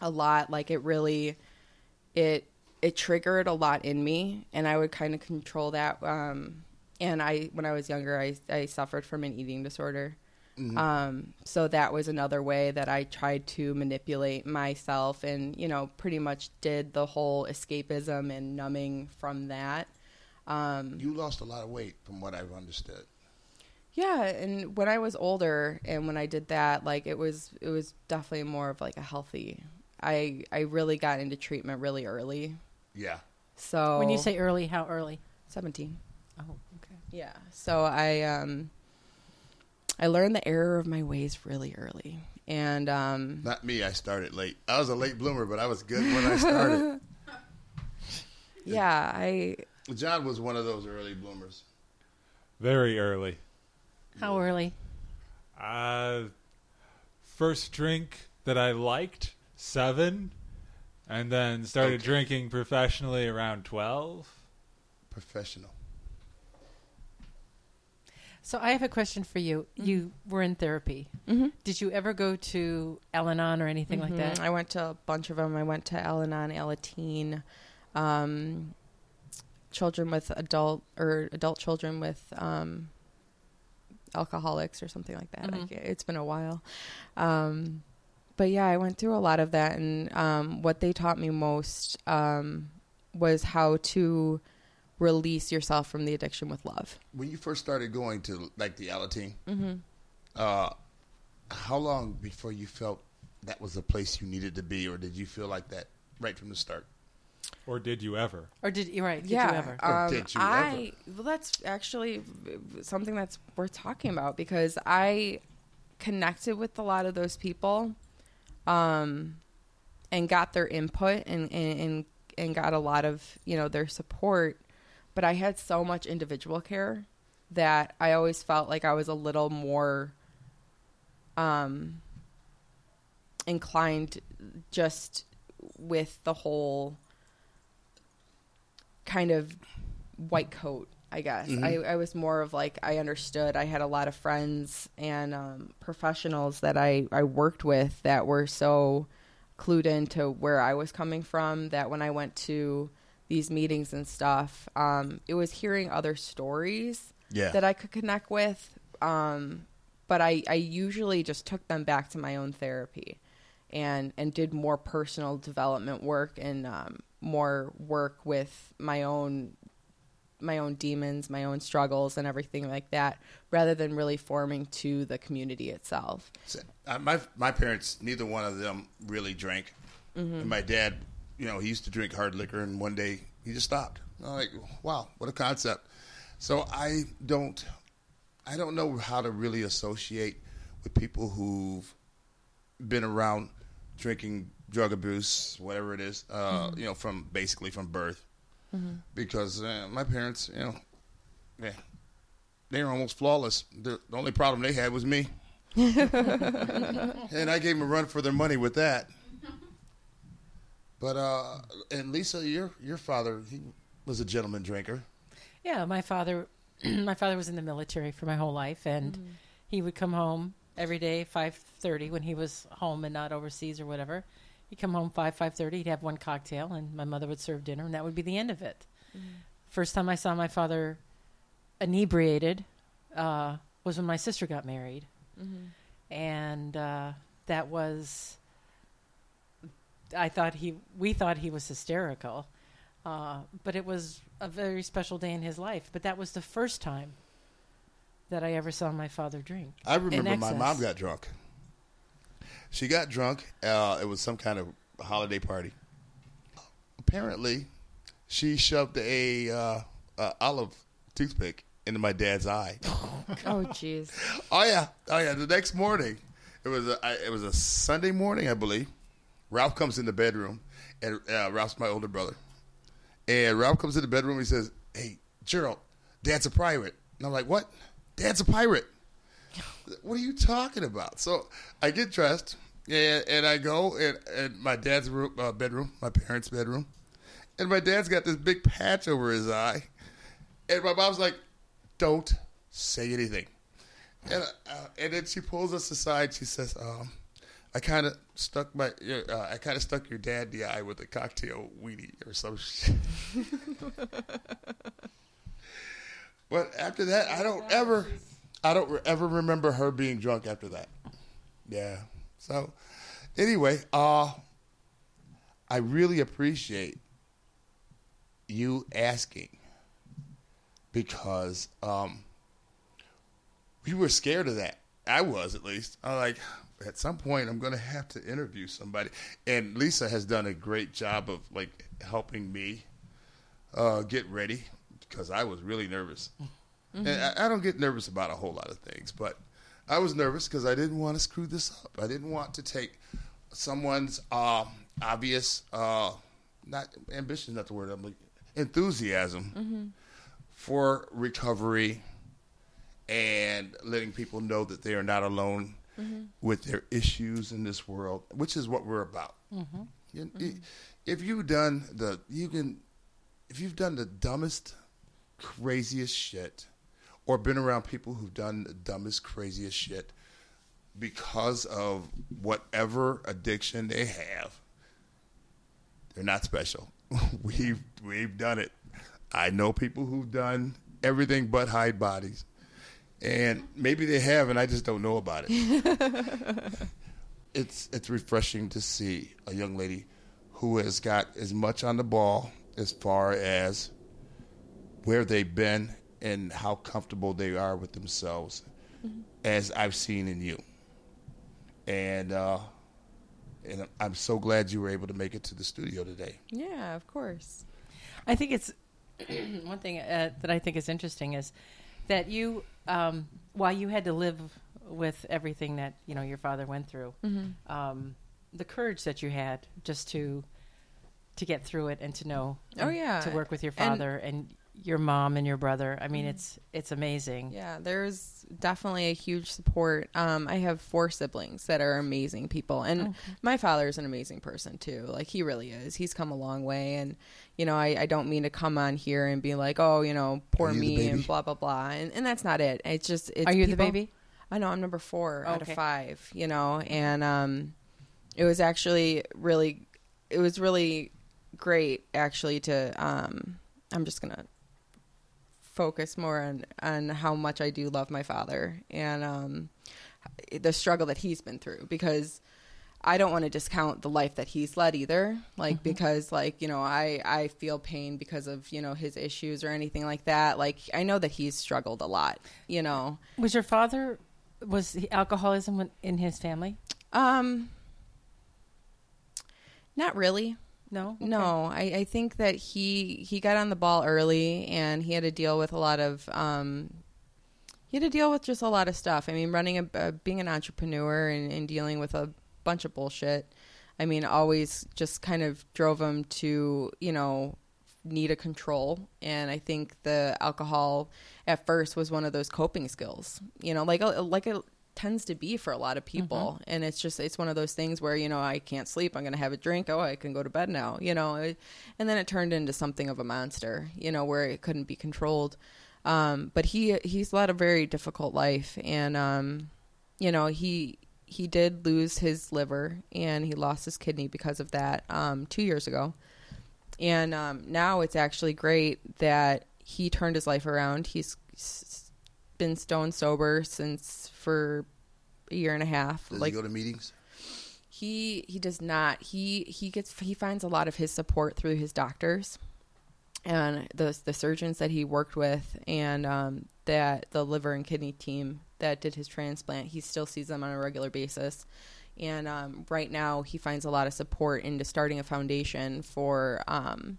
[SPEAKER 5] a lot, like it really it it triggered a lot in me and I would kind of control that um and I when I was younger I I suffered from an eating disorder. Um so that was another way that I tried to manipulate myself and, you know, pretty much did the whole escapism and numbing from that.
[SPEAKER 2] You lost a lot of weight, from what I've understood.
[SPEAKER 5] Yeah, and when I was older and when I did that, like it was it was definitely more of like a healthy. I I really got into treatment really early.
[SPEAKER 2] Yeah.
[SPEAKER 5] So
[SPEAKER 4] When you say early, how early?
[SPEAKER 5] 17.
[SPEAKER 4] Oh, okay.
[SPEAKER 5] Yeah. So I um I learned the error of my ways really early. And um
[SPEAKER 2] Not me. I started late. I was a late bloomer, but I was good when I started.
[SPEAKER 5] yeah, I
[SPEAKER 2] John was one of those early bloomers.
[SPEAKER 3] Very early.
[SPEAKER 4] How early?
[SPEAKER 3] Uh, first drink that I liked, seven, and then started
[SPEAKER 2] Okay.
[SPEAKER 3] drinking professionally around twelve.
[SPEAKER 2] Professional.
[SPEAKER 4] So I have a question for you. You were in therapy. Did you ever go to Al-Anon or anything like
[SPEAKER 5] Mm,
[SPEAKER 4] that?
[SPEAKER 5] I went to a bunch of them. I went to Al Anon, Alateen, um, children with adult or adult children with um, alcoholics or something like that.
[SPEAKER 4] Mm-hmm.
[SPEAKER 5] I can't- it's been a while. Um, but yeah, I went through a lot of that. And um, what they taught me most um, was how to release yourself from the addiction with love.
[SPEAKER 2] When you first started going to like the Alateen, uh, how long before you felt that was the place you needed to be, or did you feel like that right from the start?
[SPEAKER 3] Or did you ever?
[SPEAKER 4] Or did you right? Did
[SPEAKER 5] yeah,
[SPEAKER 4] you ever?
[SPEAKER 2] Or
[SPEAKER 5] um,
[SPEAKER 2] did you
[SPEAKER 5] I well, that's actually something that's worth talking about because I connected with a lot of those people, um, and got their input and and and, and got a lot of you know their support. But I had so much individual care that I always felt like I was a little more um inclined just with the whole kind of white coat i guess I, I was more of like i understood i had a lot of friends and um, professionals that I, I worked with that were so clued into where i was coming from that when i went to these meetings and stuff um, it was hearing other stories
[SPEAKER 2] Yeah.
[SPEAKER 5] that i could connect with um, but I, I usually just took them back to my own therapy and and did more personal development work and um, more work with my own my own demons, my own struggles, and everything like that, rather than really forming to the community itself.
[SPEAKER 2] So, uh, my my parents, neither one of them really drank. And my dad, you know, he used to drink hard liquor, and one day he just stopped. I'm like, wow, what a concept. So I don't, I don't know how to really associate with people who've been around drinking drug abuse, whatever it is, uh, you know, from basically from birth, because uh, my parents, you know, yeah, they were almost flawless. The, the only problem they had was me. And I gave them a run for their money with that. But uh and Lisa, your your father, he was a gentleman drinker.
[SPEAKER 4] Yeah, my father, my father was in the military for my whole life, and he would come home every day five thirty when he was home and not overseas or whatever. He'd come home five five thirty. He'd have one cocktail, and my mother would serve dinner, and that would be the end of it. First time I saw my father inebriated uh, was when my sister got married, and uh, that was. I thought he, we thought he was hysterical. Uh, but it was a very special day in his life. But that was the first time that I ever saw my father drink.
[SPEAKER 2] I remember
[SPEAKER 4] In
[SPEAKER 2] my
[SPEAKER 4] excess.
[SPEAKER 2] mom got drunk. She got drunk. Uh, it was some kind of holiday party. Apparently, she shoved a, uh, uh olive toothpick into my dad's eye.
[SPEAKER 5] Oh, jeez.
[SPEAKER 2] Oh yeah, oh yeah. The next morning, it was a I, it was a Sunday morning, I believe. Ralph comes in the bedroom, and uh, Ralph's my older brother. And Ralph comes in the bedroom. and He says, "Hey, Gerald, Dad's a pirate." And I'm like, "What? Dad's a pirate? What are you talking about?" So I get dressed, and, and I go in, in my dad's room, uh, bedroom, my parents' bedroom, and my dad's got this big patch over his eye, and my mom's like, "Don't say anything." And, uh, and then she pulls us aside. She says, um, "I kind of stuck my, uh, I kind of stuck your dad in the eye with a cocktail weenie or some shit." but after that, I don't ever, I don't re- ever remember her being drunk after that. Yeah. So, anyway, uh, I really appreciate you asking because um, we were scared of that. I was at least. I like at some point I'm gonna have to interview somebody, and Lisa has done a great job of like helping me uh, get ready because I was really nervous. And I, I don't get nervous about a whole lot of things, but I was nervous because I didn't want to screw this up. I didn't want to take someone's uh, obvious, uh, not ambition, not the word. I'm like enthusiasm for recovery and letting people know that they are not alone with their issues in this world, which is what we're about. You- i- If you've done the, you can, if you've done the dumbest, craziest shit, or been around people who've done the dumbest, craziest shit because of whatever addiction they have, they're not special. we've we've done it. I know people who've done everything but hide bodies. And maybe they have and I just don't know about it. it's it's refreshing to see a young lady who has got as much on the ball as far as where they've been and how comfortable they are with themselves as I've seen in you. And uh and I'm so glad you were able to make it to the studio today.
[SPEAKER 5] Yeah, of course.
[SPEAKER 4] I think it's one thing uh, that I think is interesting is that you, um, while you had to live with everything that you know your father went through, um, the courage that you had just to to get through it and to know,
[SPEAKER 5] Oh,
[SPEAKER 4] and
[SPEAKER 5] yeah.
[SPEAKER 4] to work with your
[SPEAKER 5] And-
[SPEAKER 4] father and, Mm-hmm. your mom and your brother. I mean, it's it's amazing.
[SPEAKER 5] Yeah, there's definitely a huge support. Um, I have four siblings that are amazing people, and my father is an amazing person too. Like he really is. He's come a long way, and you know, I, I don't mean to come on here and be like, oh, you know, poor
[SPEAKER 2] Are you the
[SPEAKER 5] me
[SPEAKER 2] baby?
[SPEAKER 5] and blah blah blah, and, and that's not it. It's just, it's
[SPEAKER 4] Are you the
[SPEAKER 5] people-
[SPEAKER 4] baby?
[SPEAKER 5] I know I'm number four out
[SPEAKER 4] Okay.
[SPEAKER 5] of five. You know, and um, it was actually really, it was really great actually to. Um, I'm just gonna focus more on on how much I do love my father and um the struggle that he's been through because I don't want to discount the life that he's led either like because like you know I I feel pain because of you know his issues or anything like that like I know that he's struggled a lot you know
[SPEAKER 4] Was your father was he- alcoholism when- in his family?
[SPEAKER 5] um not really
[SPEAKER 4] No, Okay.
[SPEAKER 5] No, I, I think that he he got on the ball early and he had to deal with a lot of um, he had to deal with just a lot of stuff. I mean, running a uh, being an entrepreneur and, and dealing with a bunch of bullshit. I mean, always just kind of drove him to you know need a control and i think the alcohol at first was one of those coping skills you know like like it tends to be for a lot of people and it's just it's one of those things where you know i can't sleep i'm going to have a drink oh i can go to bed now you know it- and then it turned into something of a monster you know where it couldn't be controlled um but he he's led a very difficult life and um you know he he did lose his liver and he lost his kidney because of that um 2 years ago and um, now it's actually great that he turned his life around. He's s- been stone sober since for a year and a half.
[SPEAKER 2] Does
[SPEAKER 5] like
[SPEAKER 2] he go to meetings?
[SPEAKER 5] he he does not. He he gets he finds a lot of his support through his doctors and the the surgeons that he worked with, and um, that the liver and kidney team that did his transplant, he still sees them on a regular basis. And um, right now, he finds a lot of support into starting a foundation for um,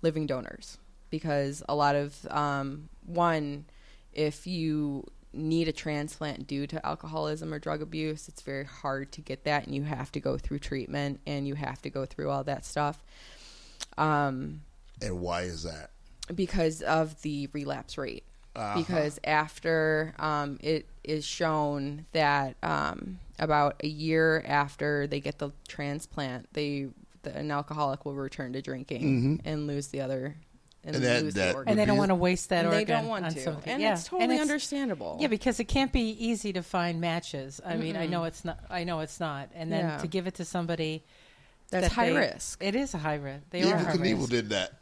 [SPEAKER 5] living donors because a lot of um, one if you need a transplant due to alcoholism or drug abuse it's very hard to get that and you have to go through treatment and you have to go through all that stuff um,
[SPEAKER 2] And why is that?
[SPEAKER 5] because of the relapse rate.
[SPEAKER 2] Uh-huh.
[SPEAKER 5] Because after um, it is shown that um, about a year after they get the transplant, they the, an alcoholic will return to drinking and lose the other
[SPEAKER 2] Mm-hmm.
[SPEAKER 5] and,
[SPEAKER 2] And that-
[SPEAKER 5] lose
[SPEAKER 2] that
[SPEAKER 5] the organ.
[SPEAKER 4] and they
[SPEAKER 2] Would
[SPEAKER 4] don't
[SPEAKER 2] be-
[SPEAKER 4] want to waste that
[SPEAKER 5] And
[SPEAKER 4] organ.
[SPEAKER 5] they don't want
[SPEAKER 4] on
[SPEAKER 5] to,
[SPEAKER 4] something.
[SPEAKER 5] and
[SPEAKER 4] yeah.
[SPEAKER 5] it's totally
[SPEAKER 4] it's-
[SPEAKER 5] understandable.
[SPEAKER 4] Yeah, because it can't be easy to find matches. I mean, I know it's not. I know it's not. And then
[SPEAKER 5] Yeah.
[SPEAKER 4] to give it to somebody
[SPEAKER 5] That's
[SPEAKER 4] that
[SPEAKER 5] high
[SPEAKER 4] they-
[SPEAKER 5] risk.
[SPEAKER 4] It is a high risk. They are
[SPEAKER 2] Even
[SPEAKER 4] high
[SPEAKER 2] Knievel
[SPEAKER 4] risk.
[SPEAKER 2] did that.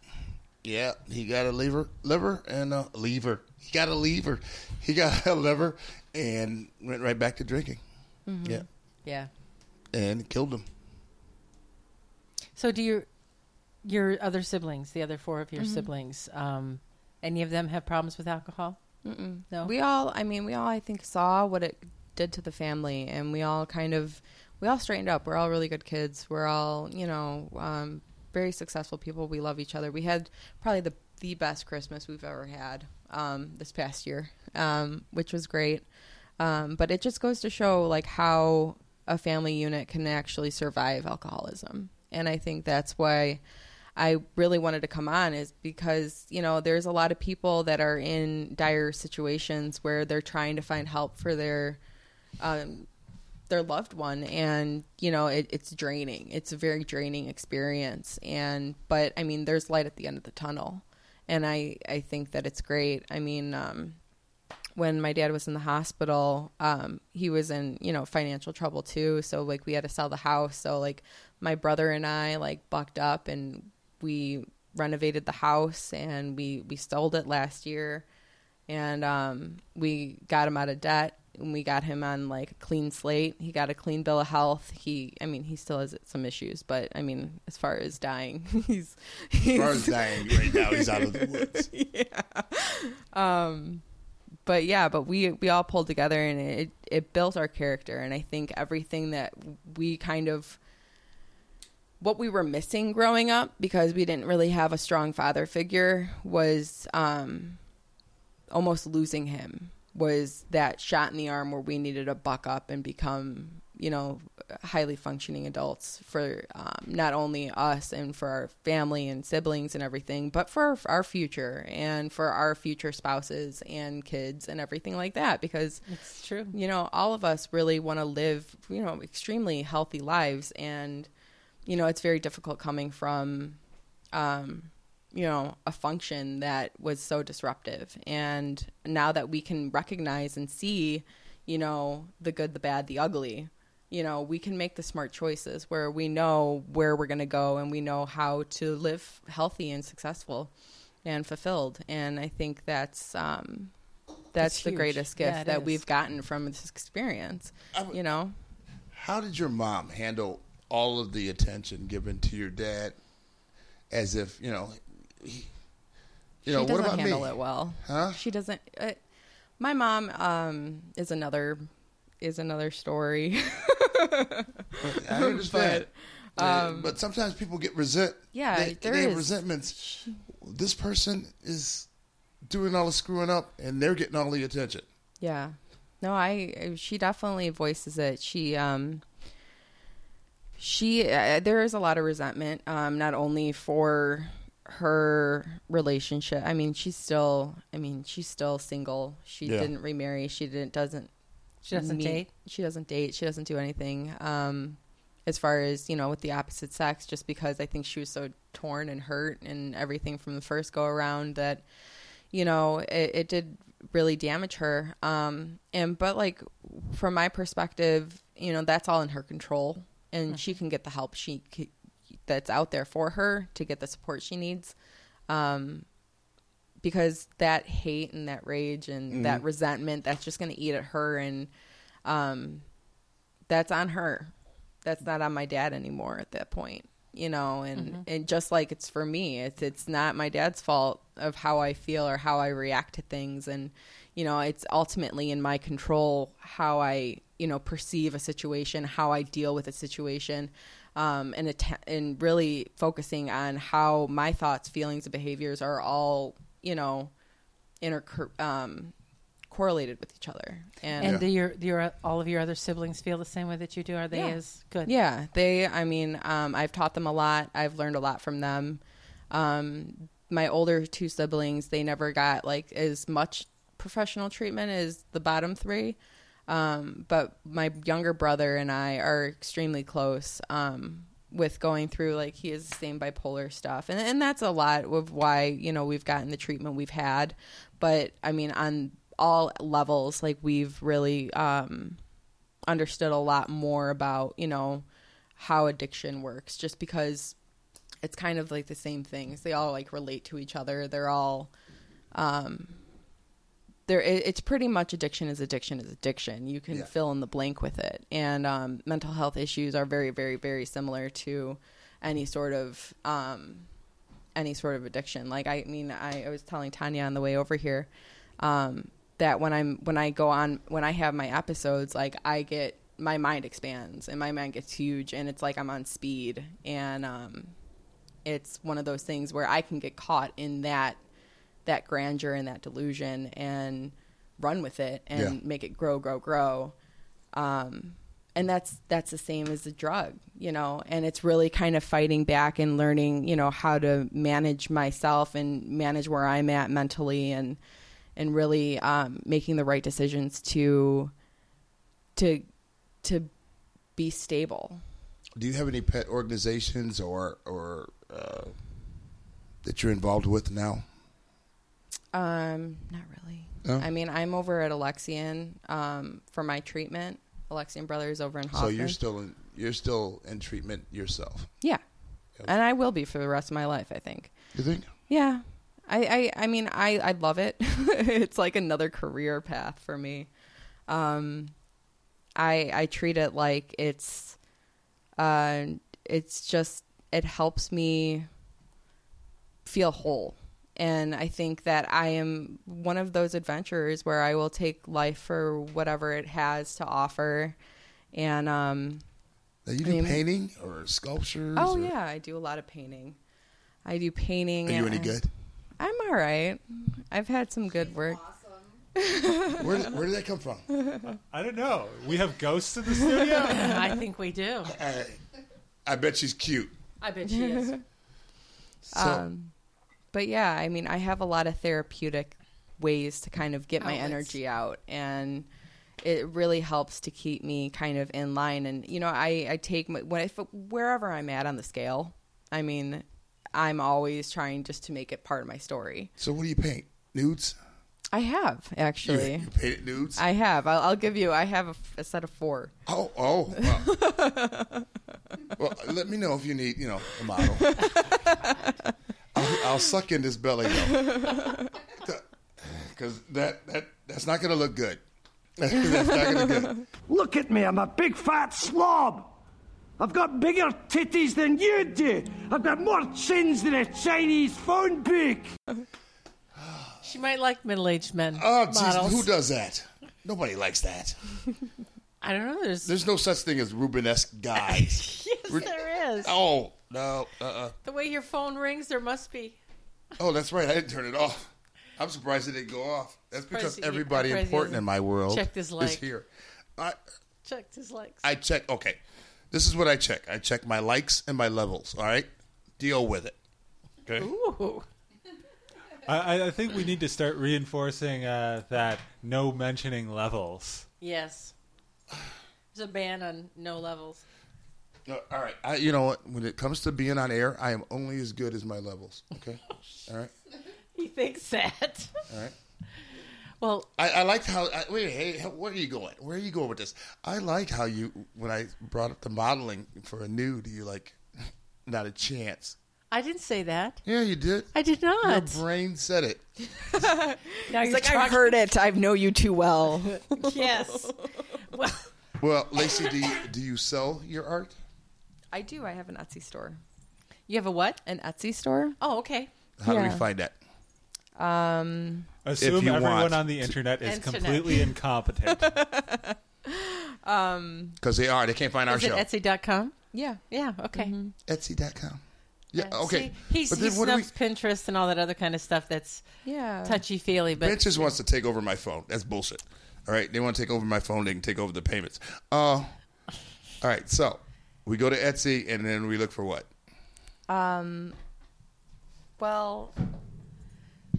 [SPEAKER 2] Yeah, he got a lever, liver, and a lever. He got a lever. He got a lever, and went right back to drinking.
[SPEAKER 5] Mm-hmm.
[SPEAKER 2] Yeah,
[SPEAKER 4] Yeah.
[SPEAKER 2] and killed him.
[SPEAKER 4] So do your your other siblings, the other four of your
[SPEAKER 5] Mm-hmm.
[SPEAKER 4] siblings, um, any of them have problems with alcohol? Mm-mm. No.
[SPEAKER 5] we all i mean we all i think saw what it did to the family and we all kind of we all straightened up we're all really good kids we're all you know um, very successful people we love each other we had probably the the best christmas we've ever had um, this past year um, which was great um, but it just goes to show like how a family unit can actually survive alcoholism and i think that's why I really wanted to come on is because, you know, there's a lot of people that are in dire situations where they're trying to find help for their um their loved one and, you know, it, it's draining. It's a very draining experience. And but I mean there's light at the end of the tunnel. And I, I think that it's great. I mean, um, when my dad was in the hospital, um, he was in, you know, financial trouble too. So like we had to sell the house. So like my brother and I like bucked up and we renovated the house and we, we sold it last year and um, we got him out of debt and we got him on like a clean slate. He got a clean bill of health. He, I mean, he still has some issues, but I mean, as far as dying, he's, he's
[SPEAKER 2] First dying right now. He's out of the woods.
[SPEAKER 5] Um, but yeah, but we we all pulled together and it it built our character and I think everything that we kind of what we were missing growing up because we didn't really have a strong father figure was um almost losing him was that shot in the arm where we needed to buck up and become you know highly functioning adults for um, not only us and for our family and siblings and everything but for our future and for our future spouses and kids and everything like that because
[SPEAKER 4] It's true.
[SPEAKER 5] you know, all of us really want to live, you know, extremely healthy lives. And, you know, it's very difficult coming from, um, you know, a function that was so disruptive. And now that we can recognize and see, you know, the good, the bad, the ugly, you know, we can make the smart choices where we know where we're going to go and we know how to live healthy and successful and fulfilled. And I think that's, um, that's
[SPEAKER 4] It's
[SPEAKER 5] the
[SPEAKER 4] huge.
[SPEAKER 5] greatest gift
[SPEAKER 4] Yeah, it
[SPEAKER 5] that
[SPEAKER 4] is.
[SPEAKER 5] we've gotten from this experience.
[SPEAKER 2] I-
[SPEAKER 5] you know,
[SPEAKER 2] How did your mom handle all of the attention given to your dad, as if you know, he, you know,
[SPEAKER 5] she
[SPEAKER 2] what
[SPEAKER 5] doesn't
[SPEAKER 2] about
[SPEAKER 5] handle
[SPEAKER 2] me?
[SPEAKER 5] it well.
[SPEAKER 2] Huh?
[SPEAKER 5] She doesn't. Uh, my mom um, is another is another story.
[SPEAKER 2] I understand. Yeah, but sometimes people get resent.
[SPEAKER 5] um, Yeah,
[SPEAKER 2] they,
[SPEAKER 5] there
[SPEAKER 2] they have
[SPEAKER 5] is-
[SPEAKER 2] resentments. This person is doing all the screwing up, and they're getting all the attention.
[SPEAKER 5] yeah, no, I. She definitely voices it. She um, she uh, there is a lot of resentment um not only for her relationship i mean she's still i mean she's still single she
[SPEAKER 2] Yeah.
[SPEAKER 5] didn't remarry she didn't doesn't
[SPEAKER 4] She doesn't
[SPEAKER 5] meet-
[SPEAKER 4] date.
[SPEAKER 5] she doesn't date she doesn't do anything um as far as you know with the opposite sex just because i think she was so torn and hurt and everything from the first go around that you know it, it did really damage her um and but like from my perspective you know that's all in her control and
[SPEAKER 4] Mm-hmm.
[SPEAKER 5] she can get the help she c- that's out there for her to get the support she needs Um, because that hate and that rage and that resentment that's just going to eat at her and um that's on her that's not on my dad anymore at that point you know and and just like it's for me it's it's not my dad's fault of how I feel or how I react to things. And, you know, it's ultimately in my control how I, you know, perceive a situation, how I deal with a situation, um, and, att- and really focusing on how my thoughts, feelings, and behaviors are all, you know, inter- um, correlated with each other. And,
[SPEAKER 4] And do your, do your all of your other siblings feel the same way that you do? Are they as good?
[SPEAKER 5] yeah, they. I mean, um, I've taught them a lot. I've learned a lot from them. Um, my older two siblings, they never got like as much professional treatment as the bottom three. Um, but my younger brother and I are extremely close. Um, with going through like he has the same bipolar stuff, and and that's a lot of why you know we've gotten the treatment we've had. But I mean, on all levels, like we've really um, understood a lot more about you know how addiction works just because it's kind of like the same things they all like relate to each other they're all um there it's pretty much addiction is addiction is addiction you can
[SPEAKER 2] Yeah.
[SPEAKER 5] fill in the blank with it and um mental health issues are very very very similar to any sort of um any sort of addiction. Like I mean, I, I was telling Tanya on the way over here um, that when I'm when I go on when I have my episodes, like I get my mind expands and my mind gets huge, and it's like I'm on speed, and um, it's one of those things where I can get caught in that that grandeur and that delusion and run with it and
[SPEAKER 2] Yeah.
[SPEAKER 5] make it grow, grow, grow and that's that's the same as the drug you know and it's really kind of fighting back and learning you know how to manage myself and manage where i'm at mentally and and really um, making the right decisions to to to be stable
[SPEAKER 2] Do you have any pet organizations or or uh, that you're involved with now?
[SPEAKER 5] Um, not really.
[SPEAKER 2] No?
[SPEAKER 5] I mean, I'm over at Alexian um, for my treatment. Alexian Brothers over in
[SPEAKER 2] So
[SPEAKER 5] Hoffman.
[SPEAKER 2] you're still in, you're still in treatment yourself.
[SPEAKER 5] yeah, and I will be for the rest of my life. I think.
[SPEAKER 2] You think?
[SPEAKER 5] Yeah, I I, I mean, I I love it. it's like another career path for me. Um, I I treat it like it's, uh, it's just it helps me feel whole. And I think that I am one of those adventurers where I will take life for whatever it has to offer. And um,
[SPEAKER 2] Now, you do
[SPEAKER 5] mean-
[SPEAKER 2] painting or sculptures?
[SPEAKER 5] oh
[SPEAKER 2] or-
[SPEAKER 5] yeah, I do a lot of painting. I do painting.
[SPEAKER 2] Are you
[SPEAKER 5] and
[SPEAKER 2] any
[SPEAKER 5] I-
[SPEAKER 2] good?
[SPEAKER 5] I'm all right. I've had some good work.
[SPEAKER 2] Where, where did that come from?
[SPEAKER 3] I don't know. We have ghosts in the studio.
[SPEAKER 4] I think we do.
[SPEAKER 2] I, I bet she's cute.
[SPEAKER 4] I bet she is.
[SPEAKER 2] So,
[SPEAKER 5] Um, but yeah, I mean, I have a lot of therapeutic ways to kind of get my
[SPEAKER 4] Outlets.
[SPEAKER 5] energy out, and it really helps to keep me kind of in line. And you know, I I take my when I, wherever I'm at on the scale. I mean, I'm always trying just to make it part of my story.
[SPEAKER 2] so what do you paint? Nudes?
[SPEAKER 5] I have
[SPEAKER 2] You,
[SPEAKER 5] actually.
[SPEAKER 2] you painted nudes?
[SPEAKER 5] I have. I'll, I'll give you. I have a, f- a set of four.
[SPEAKER 2] oh, oh. Wow. well, let me know if you need, you know, a model. I'll, I'll suck in this belly though, because that that that's not gonna look good. that's not gonna good.
[SPEAKER 8] Look at me, I'm a big fat slob. I've got bigger titties than you do. I've got more chins than a Chinese phone book.
[SPEAKER 4] She might like middle-aged men.
[SPEAKER 2] Oh,
[SPEAKER 4] models.
[SPEAKER 2] jeez, who does that? Nobody likes that.
[SPEAKER 4] I don't know. There's,
[SPEAKER 2] There's no such thing as Rubenesque guys.
[SPEAKER 4] yes, there is.
[SPEAKER 2] oh no, uh-uh.
[SPEAKER 4] The way your phone rings, there must be.
[SPEAKER 2] oh that's right. I didn't turn it off. I'm surprised it didn't go off. That's because
[SPEAKER 4] Surprised he-
[SPEAKER 2] everybody
[SPEAKER 4] surprised he
[SPEAKER 2] important in
[SPEAKER 4] hasn't
[SPEAKER 2] my world
[SPEAKER 4] checked his
[SPEAKER 2] is
[SPEAKER 4] like.
[SPEAKER 2] here. I
[SPEAKER 4] Checked his likes.
[SPEAKER 2] I check. Okay, this is what I check. I check my likes and my levels. All right, deal with it. Okay.
[SPEAKER 4] Ooh.
[SPEAKER 3] I, I- I think we need to start reinforcing uh, that no mentioning levels.
[SPEAKER 4] Yes. There's a ban on no levels.
[SPEAKER 2] No, Uh, all right. I, you know what? When it comes to being on air, I am only as good as my levels. Okay. All right.
[SPEAKER 4] He thinks that.
[SPEAKER 2] All right.
[SPEAKER 4] Well,
[SPEAKER 2] I, I liked how. I, wait, hey, how- where are you going? Where are you going with this? I liked how you when I brought up the modeling for a nude. You like, not a chance.
[SPEAKER 4] I didn't say that.
[SPEAKER 2] Yeah, you did.
[SPEAKER 4] I did
[SPEAKER 2] Your
[SPEAKER 4] not.
[SPEAKER 2] brain said it.
[SPEAKER 4] Now
[SPEAKER 5] It's
[SPEAKER 4] you're
[SPEAKER 5] like I heard it. I know you too well.
[SPEAKER 4] Yes. well,
[SPEAKER 2] Well, Lacey, do you, do you sell your art?
[SPEAKER 5] I do. I have an Etsy store.
[SPEAKER 4] you have a what?
[SPEAKER 5] An Etsy store?
[SPEAKER 4] Oh, okay.
[SPEAKER 2] How do
[SPEAKER 5] Yeah.
[SPEAKER 2] we find that?
[SPEAKER 5] Um,
[SPEAKER 3] Assume
[SPEAKER 2] you
[SPEAKER 3] everyone
[SPEAKER 2] want
[SPEAKER 3] on the internet is
[SPEAKER 4] Internet.
[SPEAKER 3] completely incompetent.
[SPEAKER 2] because they are. They can't find our
[SPEAKER 4] Is it
[SPEAKER 2] show.
[SPEAKER 4] Etsy.com?
[SPEAKER 5] yeah.
[SPEAKER 4] Yeah. Okay.
[SPEAKER 2] Mm-hmm. Etsy.com. Yeah. Okay.
[SPEAKER 4] See, he's,
[SPEAKER 2] but
[SPEAKER 4] he
[SPEAKER 2] then what do we?
[SPEAKER 4] snubs Pinterest and all that other kind of stuff that's
[SPEAKER 2] Uh,
[SPEAKER 5] Yeah.
[SPEAKER 4] touchy feely. But
[SPEAKER 2] Benches wants to take over my phone. That's bullshit. All right, they want to take over my phone. They can take over the payments. Uh, all right, so we go to Etsy and then we look for what?
[SPEAKER 5] Well,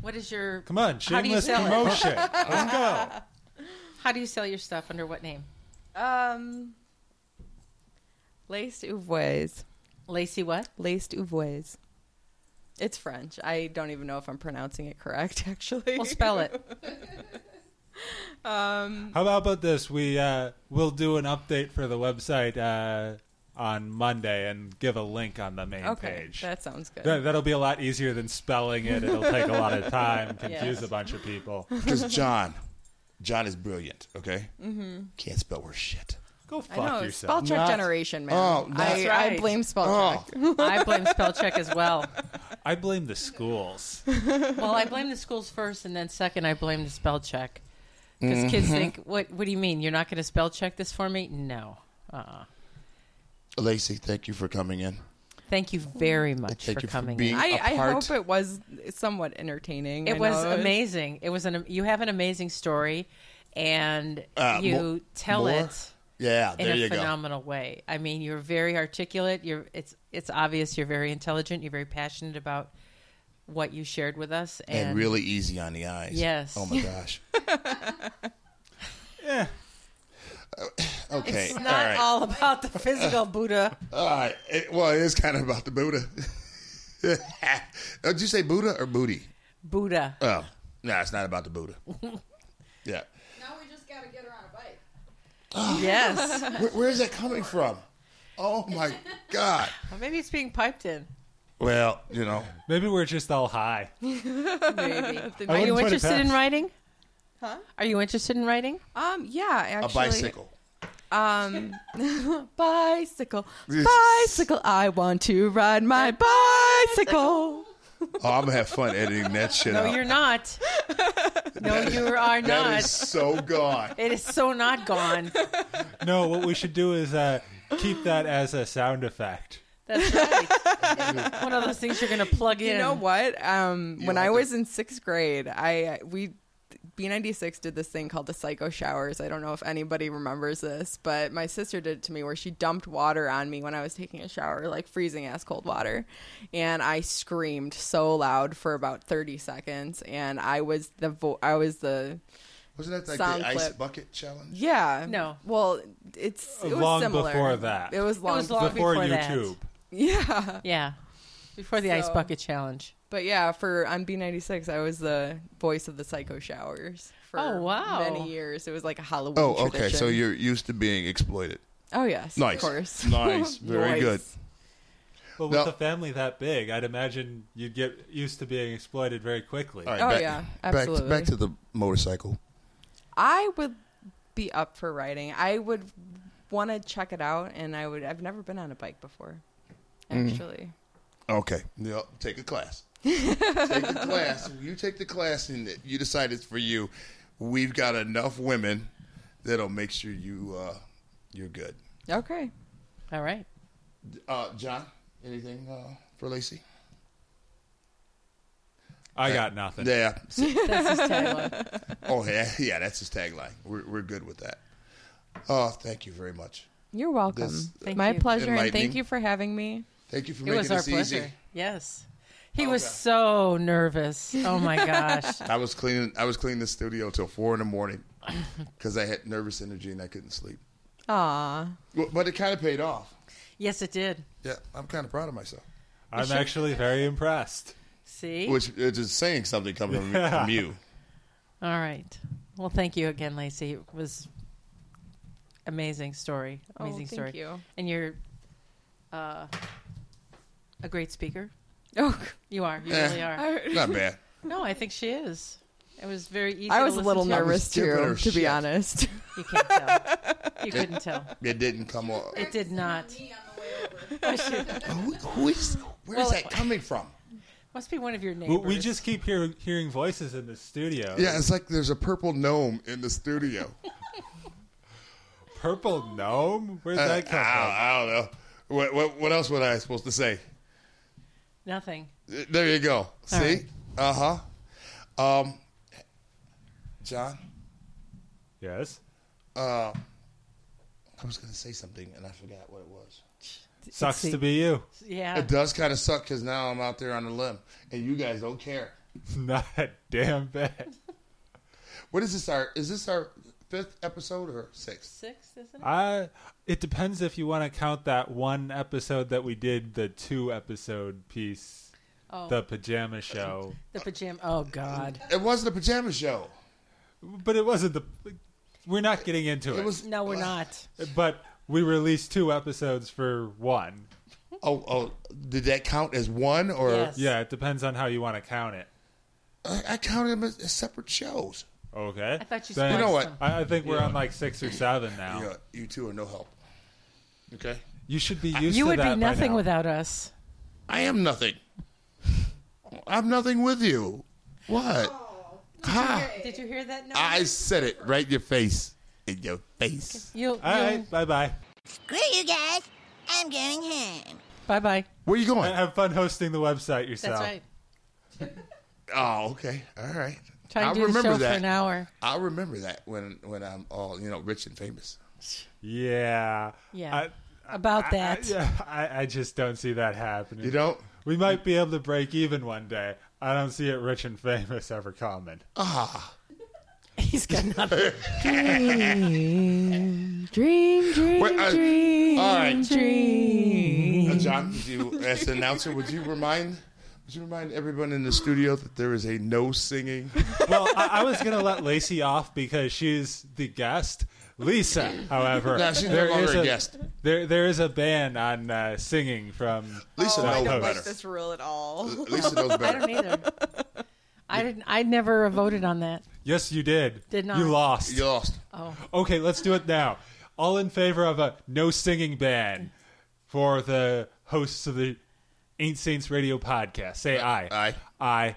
[SPEAKER 4] what is your?
[SPEAKER 3] Come on,
[SPEAKER 4] How do you
[SPEAKER 3] shameless
[SPEAKER 4] sell it?
[SPEAKER 3] promotion. Let's go.
[SPEAKER 4] How do you sell your stuff under what name?
[SPEAKER 5] um, laced ouvres.
[SPEAKER 4] Lacey what?
[SPEAKER 5] Laced ouvres. It's French. I don't even know if I'm pronouncing it correct, actually.
[SPEAKER 4] We'll spell it.
[SPEAKER 3] How about, about this? We uh, we'll do an update for the website uh, on Monday and give a link on the main
[SPEAKER 5] Okay,
[SPEAKER 3] page.
[SPEAKER 5] that sounds good.
[SPEAKER 3] That, that'll be a lot easier than spelling it. It'll take a lot of time, confuse
[SPEAKER 4] Yes.
[SPEAKER 3] a bunch of people.
[SPEAKER 2] Because John, John is brilliant. Okay, mm-hmm. can't spell worth shit.
[SPEAKER 3] Go
[SPEAKER 5] I
[SPEAKER 3] fuck
[SPEAKER 5] know. Spell
[SPEAKER 3] yourself.
[SPEAKER 5] check
[SPEAKER 2] Not-
[SPEAKER 5] generation, man.
[SPEAKER 2] Oh,
[SPEAKER 5] I,
[SPEAKER 2] that's
[SPEAKER 5] I
[SPEAKER 4] right.
[SPEAKER 5] blame spell
[SPEAKER 2] Oh,
[SPEAKER 5] check.
[SPEAKER 4] I blame spell check as well.
[SPEAKER 3] I blame the schools.
[SPEAKER 4] Well, I blame the schools first, and then second, I blame the spell check because kids
[SPEAKER 2] Mm-hmm.
[SPEAKER 4] think, "What? What do you mean? You're not going to spell check this for me?" No. Uh-uh.
[SPEAKER 2] Lacey, thank you for coming in.
[SPEAKER 4] Thank you very much
[SPEAKER 2] Thank
[SPEAKER 4] for
[SPEAKER 2] you for
[SPEAKER 4] coming.
[SPEAKER 2] being-
[SPEAKER 4] in.
[SPEAKER 5] I, I
[SPEAKER 2] Apart.
[SPEAKER 5] hope it was somewhat entertaining. I
[SPEAKER 4] It was
[SPEAKER 5] know
[SPEAKER 4] amazing. It was an. You have an amazing story, and
[SPEAKER 2] Uh,
[SPEAKER 4] you
[SPEAKER 2] mo-
[SPEAKER 4] tell
[SPEAKER 2] more?
[SPEAKER 4] it.
[SPEAKER 2] Yeah,
[SPEAKER 4] in
[SPEAKER 2] there
[SPEAKER 4] a
[SPEAKER 2] you go.
[SPEAKER 4] phenomenal way. I mean, you're very articulate. You're it's it's obvious you're very intelligent. You're very passionate about what you shared with us, and,
[SPEAKER 2] And, really easy on the eyes.
[SPEAKER 4] Yes.
[SPEAKER 2] Oh my gosh.
[SPEAKER 3] yeah.
[SPEAKER 2] Okay.
[SPEAKER 4] it's
[SPEAKER 2] all
[SPEAKER 4] not
[SPEAKER 2] right.
[SPEAKER 4] all about the physical Buddha.
[SPEAKER 2] All right. It- well, it's kind of about the Buddha. Did you say Buddha or booty?
[SPEAKER 4] Buddha.
[SPEAKER 2] Oh, no, it's not about the Buddha. yeah. Ah.
[SPEAKER 5] Now we just gotta get her on a bike.
[SPEAKER 4] yes.
[SPEAKER 2] Where, where is that coming from? Oh my God.
[SPEAKER 4] Well, maybe it's being piped in.
[SPEAKER 2] Well, you know,
[SPEAKER 3] Maybe we're just all high.
[SPEAKER 4] Maybe.
[SPEAKER 3] I
[SPEAKER 4] Are
[SPEAKER 3] wouldn't
[SPEAKER 4] you
[SPEAKER 3] put it
[SPEAKER 4] interested in
[SPEAKER 3] past-
[SPEAKER 4] writing? Huh? Are you interested in writing?
[SPEAKER 5] Um, yeah,
[SPEAKER 2] a
[SPEAKER 5] actually,
[SPEAKER 2] bicycle.
[SPEAKER 5] Um, bicycle, bicycle. I want to ride my
[SPEAKER 2] Oh,
[SPEAKER 5] bicycle.
[SPEAKER 2] I'm gonna have fun editing that shit
[SPEAKER 4] No,
[SPEAKER 2] out.
[SPEAKER 4] you're not. No, you are
[SPEAKER 2] That
[SPEAKER 4] not.
[SPEAKER 2] is so gone.
[SPEAKER 4] It is so not gone.
[SPEAKER 3] No, what we should do is uh, keep that as a sound effect.
[SPEAKER 4] That's right. One of those things you're going to plug in.
[SPEAKER 5] You know what? Um, when
[SPEAKER 2] like
[SPEAKER 5] I
[SPEAKER 2] it.
[SPEAKER 5] was in sixth grade, I we B96 did this thing called the psycho showers. I don't know if anybody remembers this, but my sister did it to me where she dumped water on me when I was taking a shower, like freezing ass cold water. And I screamed so loud for about 30 seconds and I was the vo- I was the
[SPEAKER 2] Wasn't that like
[SPEAKER 5] Sound
[SPEAKER 2] the ice
[SPEAKER 5] clip.
[SPEAKER 2] bucket challenge?
[SPEAKER 5] yeah.
[SPEAKER 4] No.
[SPEAKER 5] Well, it's it was
[SPEAKER 3] Long
[SPEAKER 5] similar.
[SPEAKER 3] before that.
[SPEAKER 5] It was long,
[SPEAKER 4] was long-
[SPEAKER 3] Before,
[SPEAKER 4] before that.
[SPEAKER 3] YouTube.
[SPEAKER 5] Yeah.
[SPEAKER 4] Yeah. Before the ice
[SPEAKER 5] So-
[SPEAKER 4] bucket challenge.
[SPEAKER 5] But yeah, for on B96, I was the voice of the Psycho Showers for
[SPEAKER 4] Oh, wow.
[SPEAKER 5] many years. It was like a Halloween.
[SPEAKER 2] Oh, okay.
[SPEAKER 5] tradition.
[SPEAKER 2] So you're used to being exploited.
[SPEAKER 5] Oh yes,
[SPEAKER 2] Nice.
[SPEAKER 5] of course.
[SPEAKER 2] Nice. Very
[SPEAKER 5] Nice.
[SPEAKER 2] good.
[SPEAKER 3] But with
[SPEAKER 2] No.
[SPEAKER 3] a family that big, I'd imagine you'd get used to being exploited very quickly.
[SPEAKER 2] All right,
[SPEAKER 5] Oh,
[SPEAKER 2] back,
[SPEAKER 5] yeah,
[SPEAKER 2] back to,
[SPEAKER 5] absolutely.
[SPEAKER 2] back to the motorcycle.
[SPEAKER 5] I would be up for riding. I would want to check it out, and I would. I've never been on a bike before,
[SPEAKER 2] Mm.
[SPEAKER 5] actually.
[SPEAKER 2] Okay. Yep. Take a class. take the class. You take the class and you decide it's for you. We've got enough women that'll make sure you uh, you're good.
[SPEAKER 5] Okay.
[SPEAKER 4] All right.
[SPEAKER 2] Uh, John, anything uh, for Lacey?
[SPEAKER 3] I got nothing.
[SPEAKER 2] Yeah.
[SPEAKER 4] That's his tagline.
[SPEAKER 2] Oh yeah, yeah. That's his tagline. We're we're good with that. Oh, thank you very much.
[SPEAKER 5] You're welcome.
[SPEAKER 2] This-
[SPEAKER 4] Thank
[SPEAKER 5] My
[SPEAKER 4] you.
[SPEAKER 5] pleasure, and
[SPEAKER 2] Enlightening.
[SPEAKER 5] thank you for having me.
[SPEAKER 2] Thank you for
[SPEAKER 4] It
[SPEAKER 2] making
[SPEAKER 4] was our
[SPEAKER 2] this
[SPEAKER 4] pleasure.
[SPEAKER 2] easy.
[SPEAKER 4] Yes. He was so nervous. Oh my gosh.
[SPEAKER 2] I was cleaning. I was cleaning the studio till four in the morning because I had nervous energy and I couldn't sleep.
[SPEAKER 5] Aw,
[SPEAKER 2] Well, But it kind of paid off.
[SPEAKER 4] yes, it did.
[SPEAKER 2] Yeah, I'm kind of proud of myself.
[SPEAKER 3] I'm actually very impressed.
[SPEAKER 4] See?
[SPEAKER 2] Which is just saying something coming from- from you.
[SPEAKER 4] All right. Well, thank you again, Lacey. It was amazing story.
[SPEAKER 5] Oh,
[SPEAKER 4] Amazing
[SPEAKER 5] thank
[SPEAKER 4] story.
[SPEAKER 5] you.
[SPEAKER 4] And you're uh, a great speaker.
[SPEAKER 5] Oh,
[SPEAKER 4] You are. You
[SPEAKER 2] Eh.
[SPEAKER 4] really are.
[SPEAKER 5] I,
[SPEAKER 2] Not bad.
[SPEAKER 4] No, I think she is. It was very easy.
[SPEAKER 5] I
[SPEAKER 4] to
[SPEAKER 5] was a
[SPEAKER 4] listen
[SPEAKER 5] little
[SPEAKER 4] to.
[SPEAKER 5] nervous
[SPEAKER 2] giving
[SPEAKER 5] too,
[SPEAKER 2] her
[SPEAKER 5] to be
[SPEAKER 2] shit.
[SPEAKER 5] honest.
[SPEAKER 4] You can't tell. You couldn't tell.
[SPEAKER 2] It didn't come off. Oh,
[SPEAKER 4] It did not.
[SPEAKER 2] Who, who is? Where is
[SPEAKER 4] Well,
[SPEAKER 2] that coming from?
[SPEAKER 4] Must be one of your
[SPEAKER 3] We,
[SPEAKER 4] neighbors.
[SPEAKER 3] we just keep hear, hearing voices in the studio.
[SPEAKER 2] Yeah, it's like there's a purple gnome in the studio.
[SPEAKER 3] Purple gnome? Where'd
[SPEAKER 2] I,
[SPEAKER 3] that come from?
[SPEAKER 2] I don't know. What, what, what else was I supposed to say?
[SPEAKER 4] nothing.
[SPEAKER 2] Uh, There you go. See?
[SPEAKER 4] right.
[SPEAKER 2] Uh huh. Um, John,
[SPEAKER 3] Yes.
[SPEAKER 2] I was going to say something and I forgot what it was.
[SPEAKER 3] Sucks
[SPEAKER 4] It's-
[SPEAKER 3] to be you.
[SPEAKER 4] Yeah.
[SPEAKER 2] It does kind of suck because now I'm out there on a limb and you guys don't care.
[SPEAKER 3] Not a damn bit.
[SPEAKER 2] What is this? Our Is this our fifth episode or sixth?
[SPEAKER 4] Six, isn't it?
[SPEAKER 3] I. It depends if you want to count that one episode that we did, the two episode piece,
[SPEAKER 4] Oh,
[SPEAKER 3] the
[SPEAKER 4] the,
[SPEAKER 3] pajama show.
[SPEAKER 4] pajama. Oh God.
[SPEAKER 2] It wasn't a pajama show.
[SPEAKER 3] But it wasn't the. We're not getting into
[SPEAKER 2] It
[SPEAKER 3] it.
[SPEAKER 2] was.
[SPEAKER 4] No, we're not.
[SPEAKER 3] but we released two episodes for one.
[SPEAKER 2] Oh, oh, did that count as one or?
[SPEAKER 4] Yes.
[SPEAKER 3] Yeah, it depends on how you want to count it.
[SPEAKER 2] I, I counted them as, as separate shows.
[SPEAKER 3] Okay.
[SPEAKER 4] I thought you
[SPEAKER 3] Then-
[SPEAKER 4] spliced
[SPEAKER 2] You know what?
[SPEAKER 4] them.
[SPEAKER 3] I, I think we're on like six or seven now.
[SPEAKER 2] Yeah, you two are no help. Okay.
[SPEAKER 3] You should be used
[SPEAKER 4] You
[SPEAKER 3] to
[SPEAKER 4] would
[SPEAKER 3] that
[SPEAKER 4] be
[SPEAKER 3] by
[SPEAKER 4] nothing
[SPEAKER 3] now.
[SPEAKER 4] without us.
[SPEAKER 2] I am nothing. I'm nothing with you. What?
[SPEAKER 4] Oh,
[SPEAKER 2] Ha!
[SPEAKER 4] Did you hear that? No.
[SPEAKER 2] I said it right in your face. In your face.
[SPEAKER 4] You'll.
[SPEAKER 3] All right, bye bye.
[SPEAKER 9] Screw you guys. I'm going home.
[SPEAKER 4] Bye bye.
[SPEAKER 2] Where you going?
[SPEAKER 3] Have fun hosting the website yourself.
[SPEAKER 4] That's right.
[SPEAKER 2] Oh, okay. All right.
[SPEAKER 4] Try
[SPEAKER 2] I'll
[SPEAKER 4] and do the
[SPEAKER 2] remember
[SPEAKER 4] show
[SPEAKER 2] that.
[SPEAKER 4] for an hour.
[SPEAKER 2] I'll remember that when when I'm all you know rich and famous.
[SPEAKER 3] Yeah.
[SPEAKER 4] Yeah.
[SPEAKER 3] I,
[SPEAKER 4] About that.
[SPEAKER 3] I, yeah, I, I just don't see that happening.
[SPEAKER 2] You don't?
[SPEAKER 3] We might be able to break even one day. I don't see it rich and famous ever coming.
[SPEAKER 4] He's got nothing.
[SPEAKER 5] Dream, dream,
[SPEAKER 2] Wait, I-
[SPEAKER 5] dream,
[SPEAKER 2] all right.
[SPEAKER 5] dream.
[SPEAKER 2] Uh, John, would you, as an announcer, would you remind would you remind everyone in the studio that there is a no singing?
[SPEAKER 3] Well, I, I was going to let Lacey off because she's the guest. Lisa, however,
[SPEAKER 2] No, she's no
[SPEAKER 3] there
[SPEAKER 2] longer
[SPEAKER 3] is
[SPEAKER 2] a guest.
[SPEAKER 3] There, there is a ban on uh, singing from
[SPEAKER 2] Lisa Uh,
[SPEAKER 5] Oh, I
[SPEAKER 2] knows
[SPEAKER 5] don't
[SPEAKER 2] better.
[SPEAKER 5] like this rule at all.
[SPEAKER 2] Lisa knows
[SPEAKER 4] I
[SPEAKER 2] better.
[SPEAKER 4] don't either. I didn't. I never voted on that.
[SPEAKER 3] Yes, you did.
[SPEAKER 4] Did not.
[SPEAKER 3] You lost.
[SPEAKER 2] You lost.
[SPEAKER 3] Okay, let's do it now. All in favor of a no singing ban for the hosts of the Ain't Saints Radio podcast. Say aye.
[SPEAKER 2] Aye.
[SPEAKER 3] Aye.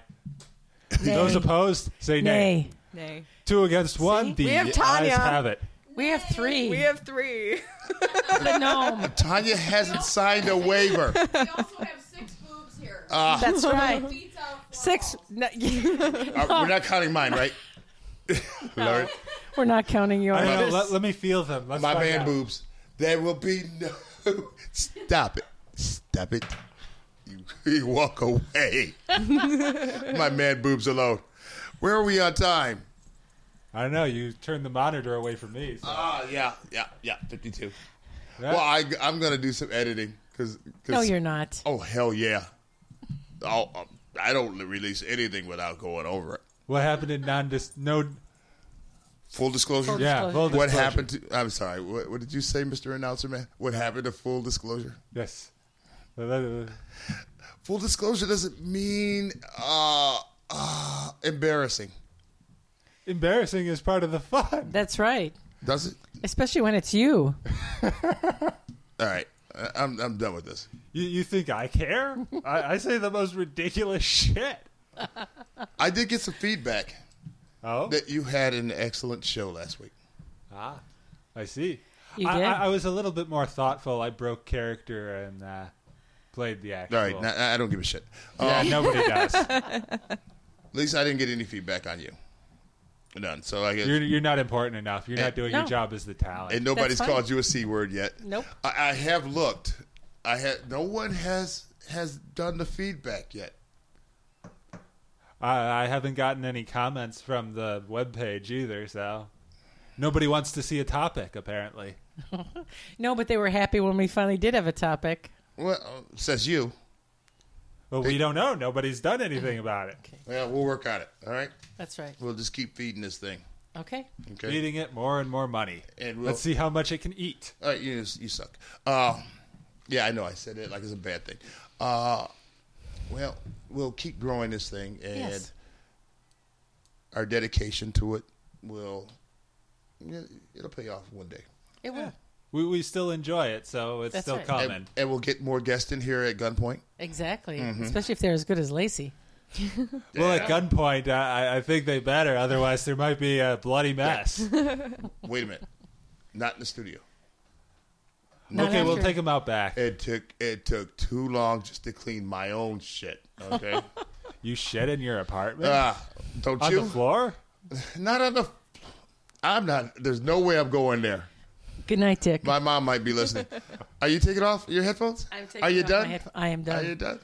[SPEAKER 3] Those opposed, say nay.
[SPEAKER 4] Nay.
[SPEAKER 5] Nay.
[SPEAKER 3] Two against one. The
[SPEAKER 5] We have
[SPEAKER 3] ayes
[SPEAKER 5] Tanya.
[SPEAKER 3] have it.
[SPEAKER 4] We have three.
[SPEAKER 5] We have three.
[SPEAKER 4] the gnome.
[SPEAKER 2] Tanya hasn't signed a waiver. Uh,
[SPEAKER 10] We also have six boobs here.
[SPEAKER 4] That's right.
[SPEAKER 10] Beats out four
[SPEAKER 4] Six. No,
[SPEAKER 2] Uh, we're not counting mine, right? Lord,
[SPEAKER 4] we're not counting
[SPEAKER 3] I
[SPEAKER 4] yours.
[SPEAKER 3] don't know, let, let me feel them. Let's
[SPEAKER 2] my
[SPEAKER 3] find
[SPEAKER 2] man
[SPEAKER 3] out.
[SPEAKER 2] boobs. There will be no. Stop it. Stop it. You, you walk away. my man boobs alone. Where are we on time?
[SPEAKER 3] I don't know. You turned the monitor away from me. so-
[SPEAKER 2] Ah, yeah, yeah, yeah. Fifty-two.
[SPEAKER 3] That-
[SPEAKER 2] Well, I, am gonna do some editing because.
[SPEAKER 4] No, you're not.
[SPEAKER 2] Oh hell yeah! Oh, um, I don't release anything without going over it.
[SPEAKER 3] what happened in non dis no?
[SPEAKER 2] Full disclosure.
[SPEAKER 3] Yeah. Full
[SPEAKER 2] What
[SPEAKER 3] disclosure.
[SPEAKER 2] happened to? I'm sorry. What, what did you say, Mr. Announcer Man? What happened to full disclosure?
[SPEAKER 3] Yes. Well,
[SPEAKER 2] Full disclosure doesn't mean uh, uh, embarrassing,
[SPEAKER 3] Embarrassing is part of the fun.
[SPEAKER 4] That's right.
[SPEAKER 2] does it?
[SPEAKER 4] Especially when it's you.
[SPEAKER 2] All right, I- I'm I'm done with this.
[SPEAKER 3] You, you think I care? I, I say the most ridiculous shit.
[SPEAKER 2] I did get some feedback
[SPEAKER 3] Oh,
[SPEAKER 2] that you had an excellent show last week.
[SPEAKER 3] ah, I see.
[SPEAKER 4] You
[SPEAKER 3] I,
[SPEAKER 4] did.
[SPEAKER 3] I, I was a little bit more thoughtful. I broke character and uh, played the actual.
[SPEAKER 2] All right, now- I don't give a shit.
[SPEAKER 3] yeah,
[SPEAKER 2] Um,
[SPEAKER 3] nobody does.
[SPEAKER 2] At least I didn't get any feedback on you. None. So I guess
[SPEAKER 3] You're, you're not important enough. You're
[SPEAKER 2] Eh,
[SPEAKER 3] not doing
[SPEAKER 4] no.
[SPEAKER 3] your job as the talent.
[SPEAKER 2] and nobody's
[SPEAKER 4] That's fine.
[SPEAKER 2] called you a c word yet.
[SPEAKER 4] Nope.
[SPEAKER 2] I, I have looked. I had no one has has done the feedback yet.
[SPEAKER 3] I, I haven't gotten any comments from the webpage either, so nobody wants to see a topic. Apparently,
[SPEAKER 4] No, but they were happy when we finally did have a topic.
[SPEAKER 2] Well, uh, says you.
[SPEAKER 3] well, we don't know. Nobody's done anything about it.
[SPEAKER 2] Yeah, we'll work on it. All right.
[SPEAKER 4] That's right.
[SPEAKER 2] We'll just keep feeding this thing.
[SPEAKER 4] Okay.
[SPEAKER 2] Okay.
[SPEAKER 3] Feeding it more and more money.
[SPEAKER 2] And we'll-
[SPEAKER 3] Let's see how much it can eat.
[SPEAKER 2] All right, you you suck. Uh, yeah, I know. I said it like it's a bad thing. Uh, well, we'll keep growing this thing, and
[SPEAKER 4] Yes.
[SPEAKER 2] our dedication to it will yeah, it'll pay off one day.
[SPEAKER 4] It will.
[SPEAKER 3] we, we still enjoy it, so it's
[SPEAKER 4] That's
[SPEAKER 3] still
[SPEAKER 4] right.
[SPEAKER 3] common.
[SPEAKER 2] And, and we'll get more guests in here at gunpoint.
[SPEAKER 4] Exactly.
[SPEAKER 2] Mhm.
[SPEAKER 4] Especially if they're as good as Lacey.
[SPEAKER 3] Well, at gunpoint, I, I- I think they better. Otherwise, there might be a bloody mess.
[SPEAKER 2] Wait a minute. Not in the studio.
[SPEAKER 3] Not Okay, we'll after. take 'em out back.
[SPEAKER 2] It took it took too long just to clean my own shit. Okay.
[SPEAKER 3] you shit in your apartment?
[SPEAKER 2] Ah, don't
[SPEAKER 3] On
[SPEAKER 2] you?
[SPEAKER 3] the floor?
[SPEAKER 2] Not on the. I'm not. There's no way I'm going there.
[SPEAKER 4] Good night, Dick.
[SPEAKER 2] My mom might be listening. Are you taking off your headphones?
[SPEAKER 4] I'm
[SPEAKER 2] Are
[SPEAKER 4] taking
[SPEAKER 2] you
[SPEAKER 4] off my
[SPEAKER 2] done?
[SPEAKER 4] headph- I am done.
[SPEAKER 2] Are you done?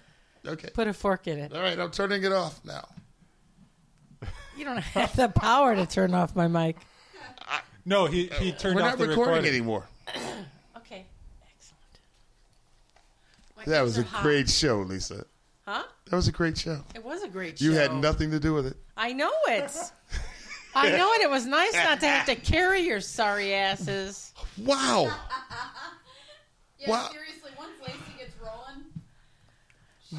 [SPEAKER 2] Okay.
[SPEAKER 4] Put a fork in it.
[SPEAKER 2] All right, I'm turning it off now.
[SPEAKER 4] You don't have the power to turn off my mic.
[SPEAKER 3] No, he, he turned
[SPEAKER 2] Uh, We're
[SPEAKER 3] off
[SPEAKER 2] not
[SPEAKER 3] the
[SPEAKER 2] recording,
[SPEAKER 3] recording.
[SPEAKER 2] anymore.
[SPEAKER 4] okay. Excellent. My
[SPEAKER 2] That was
[SPEAKER 4] ears are
[SPEAKER 2] a
[SPEAKER 4] hot.
[SPEAKER 2] great show, Lisa.
[SPEAKER 4] Huh?
[SPEAKER 2] That was a great show.
[SPEAKER 4] It was a great
[SPEAKER 2] You had
[SPEAKER 4] show.
[SPEAKER 2] nothing to do with it.
[SPEAKER 4] I know it. I know it. It was nice not to have to carry your sorry asses.
[SPEAKER 2] Wow.
[SPEAKER 10] Yeah,
[SPEAKER 4] Wow.
[SPEAKER 10] seriously, once Lacey gets rolling,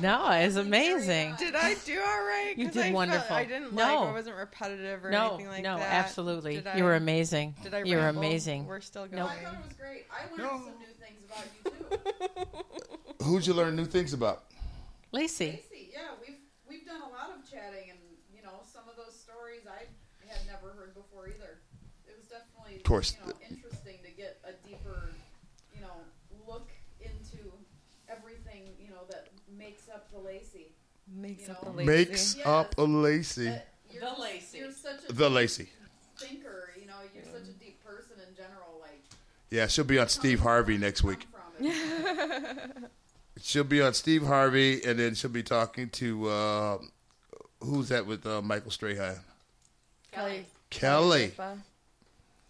[SPEAKER 4] No, it's amazing.
[SPEAKER 5] Did I do all right?
[SPEAKER 4] You
[SPEAKER 5] 'Cause
[SPEAKER 4] did
[SPEAKER 5] I felt-
[SPEAKER 4] wonderful.
[SPEAKER 5] I didn't
[SPEAKER 4] No.
[SPEAKER 5] like. I wasn't repetitive or
[SPEAKER 4] No,
[SPEAKER 5] anything like
[SPEAKER 4] no,
[SPEAKER 5] that.
[SPEAKER 4] absolutely.
[SPEAKER 5] Did
[SPEAKER 4] You were amazing.
[SPEAKER 5] Did I
[SPEAKER 4] You were
[SPEAKER 5] ramble?
[SPEAKER 4] amazing.
[SPEAKER 5] We're still going.
[SPEAKER 4] Nope.
[SPEAKER 10] I thought it was great. I learned some new things about you too.
[SPEAKER 2] Who'd you learn new things about?
[SPEAKER 4] Lacey.
[SPEAKER 10] Lacey, yeah, we've we've done a lot of chatting, and you know some of those stories I had never heard before either. It was definitely,
[SPEAKER 2] Of course.
[SPEAKER 10] you know, interesting to get a deeper, you know, look into everything you know that makes up the Lacey.
[SPEAKER 5] Makes
[SPEAKER 10] up the
[SPEAKER 2] Makes up a Lacey.
[SPEAKER 10] You're, the Lacey. You're such a
[SPEAKER 2] The Lacey.
[SPEAKER 10] thinker. You know, you're such a deep person in general. Like,
[SPEAKER 2] Yeah, she'll be on Steve Harvey next week.
[SPEAKER 10] from it.
[SPEAKER 2] She'll be on Steve Harvey, and then she'll be talking to uh, who's that with uh, Michael Strahan?
[SPEAKER 5] Kelly.
[SPEAKER 2] Kelly.
[SPEAKER 5] Ripa.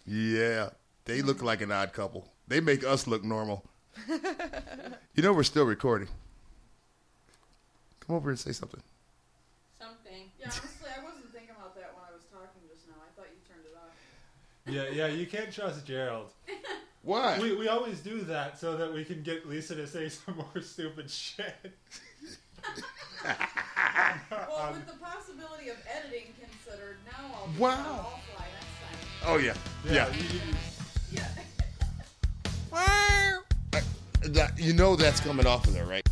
[SPEAKER 2] Yeah, they look like an odd couple. They make us look normal. You know we're still recording. Come over and say something.
[SPEAKER 10] Something. Yeah, honestly, I wasn't thinking about that when I was talking just now. I thought you turned it off.
[SPEAKER 3] Yeah, yeah, you can't trust Gerald.
[SPEAKER 2] Why?
[SPEAKER 3] We, we always do that so that we can get Lisa to say some more stupid shit.
[SPEAKER 10] Well, with the possibility of editing considered, now I'll,
[SPEAKER 2] Wow.
[SPEAKER 10] I'll fly next time.
[SPEAKER 2] Oh yeah, yeah.
[SPEAKER 10] Yeah.
[SPEAKER 2] That- You know that's coming off of there, right?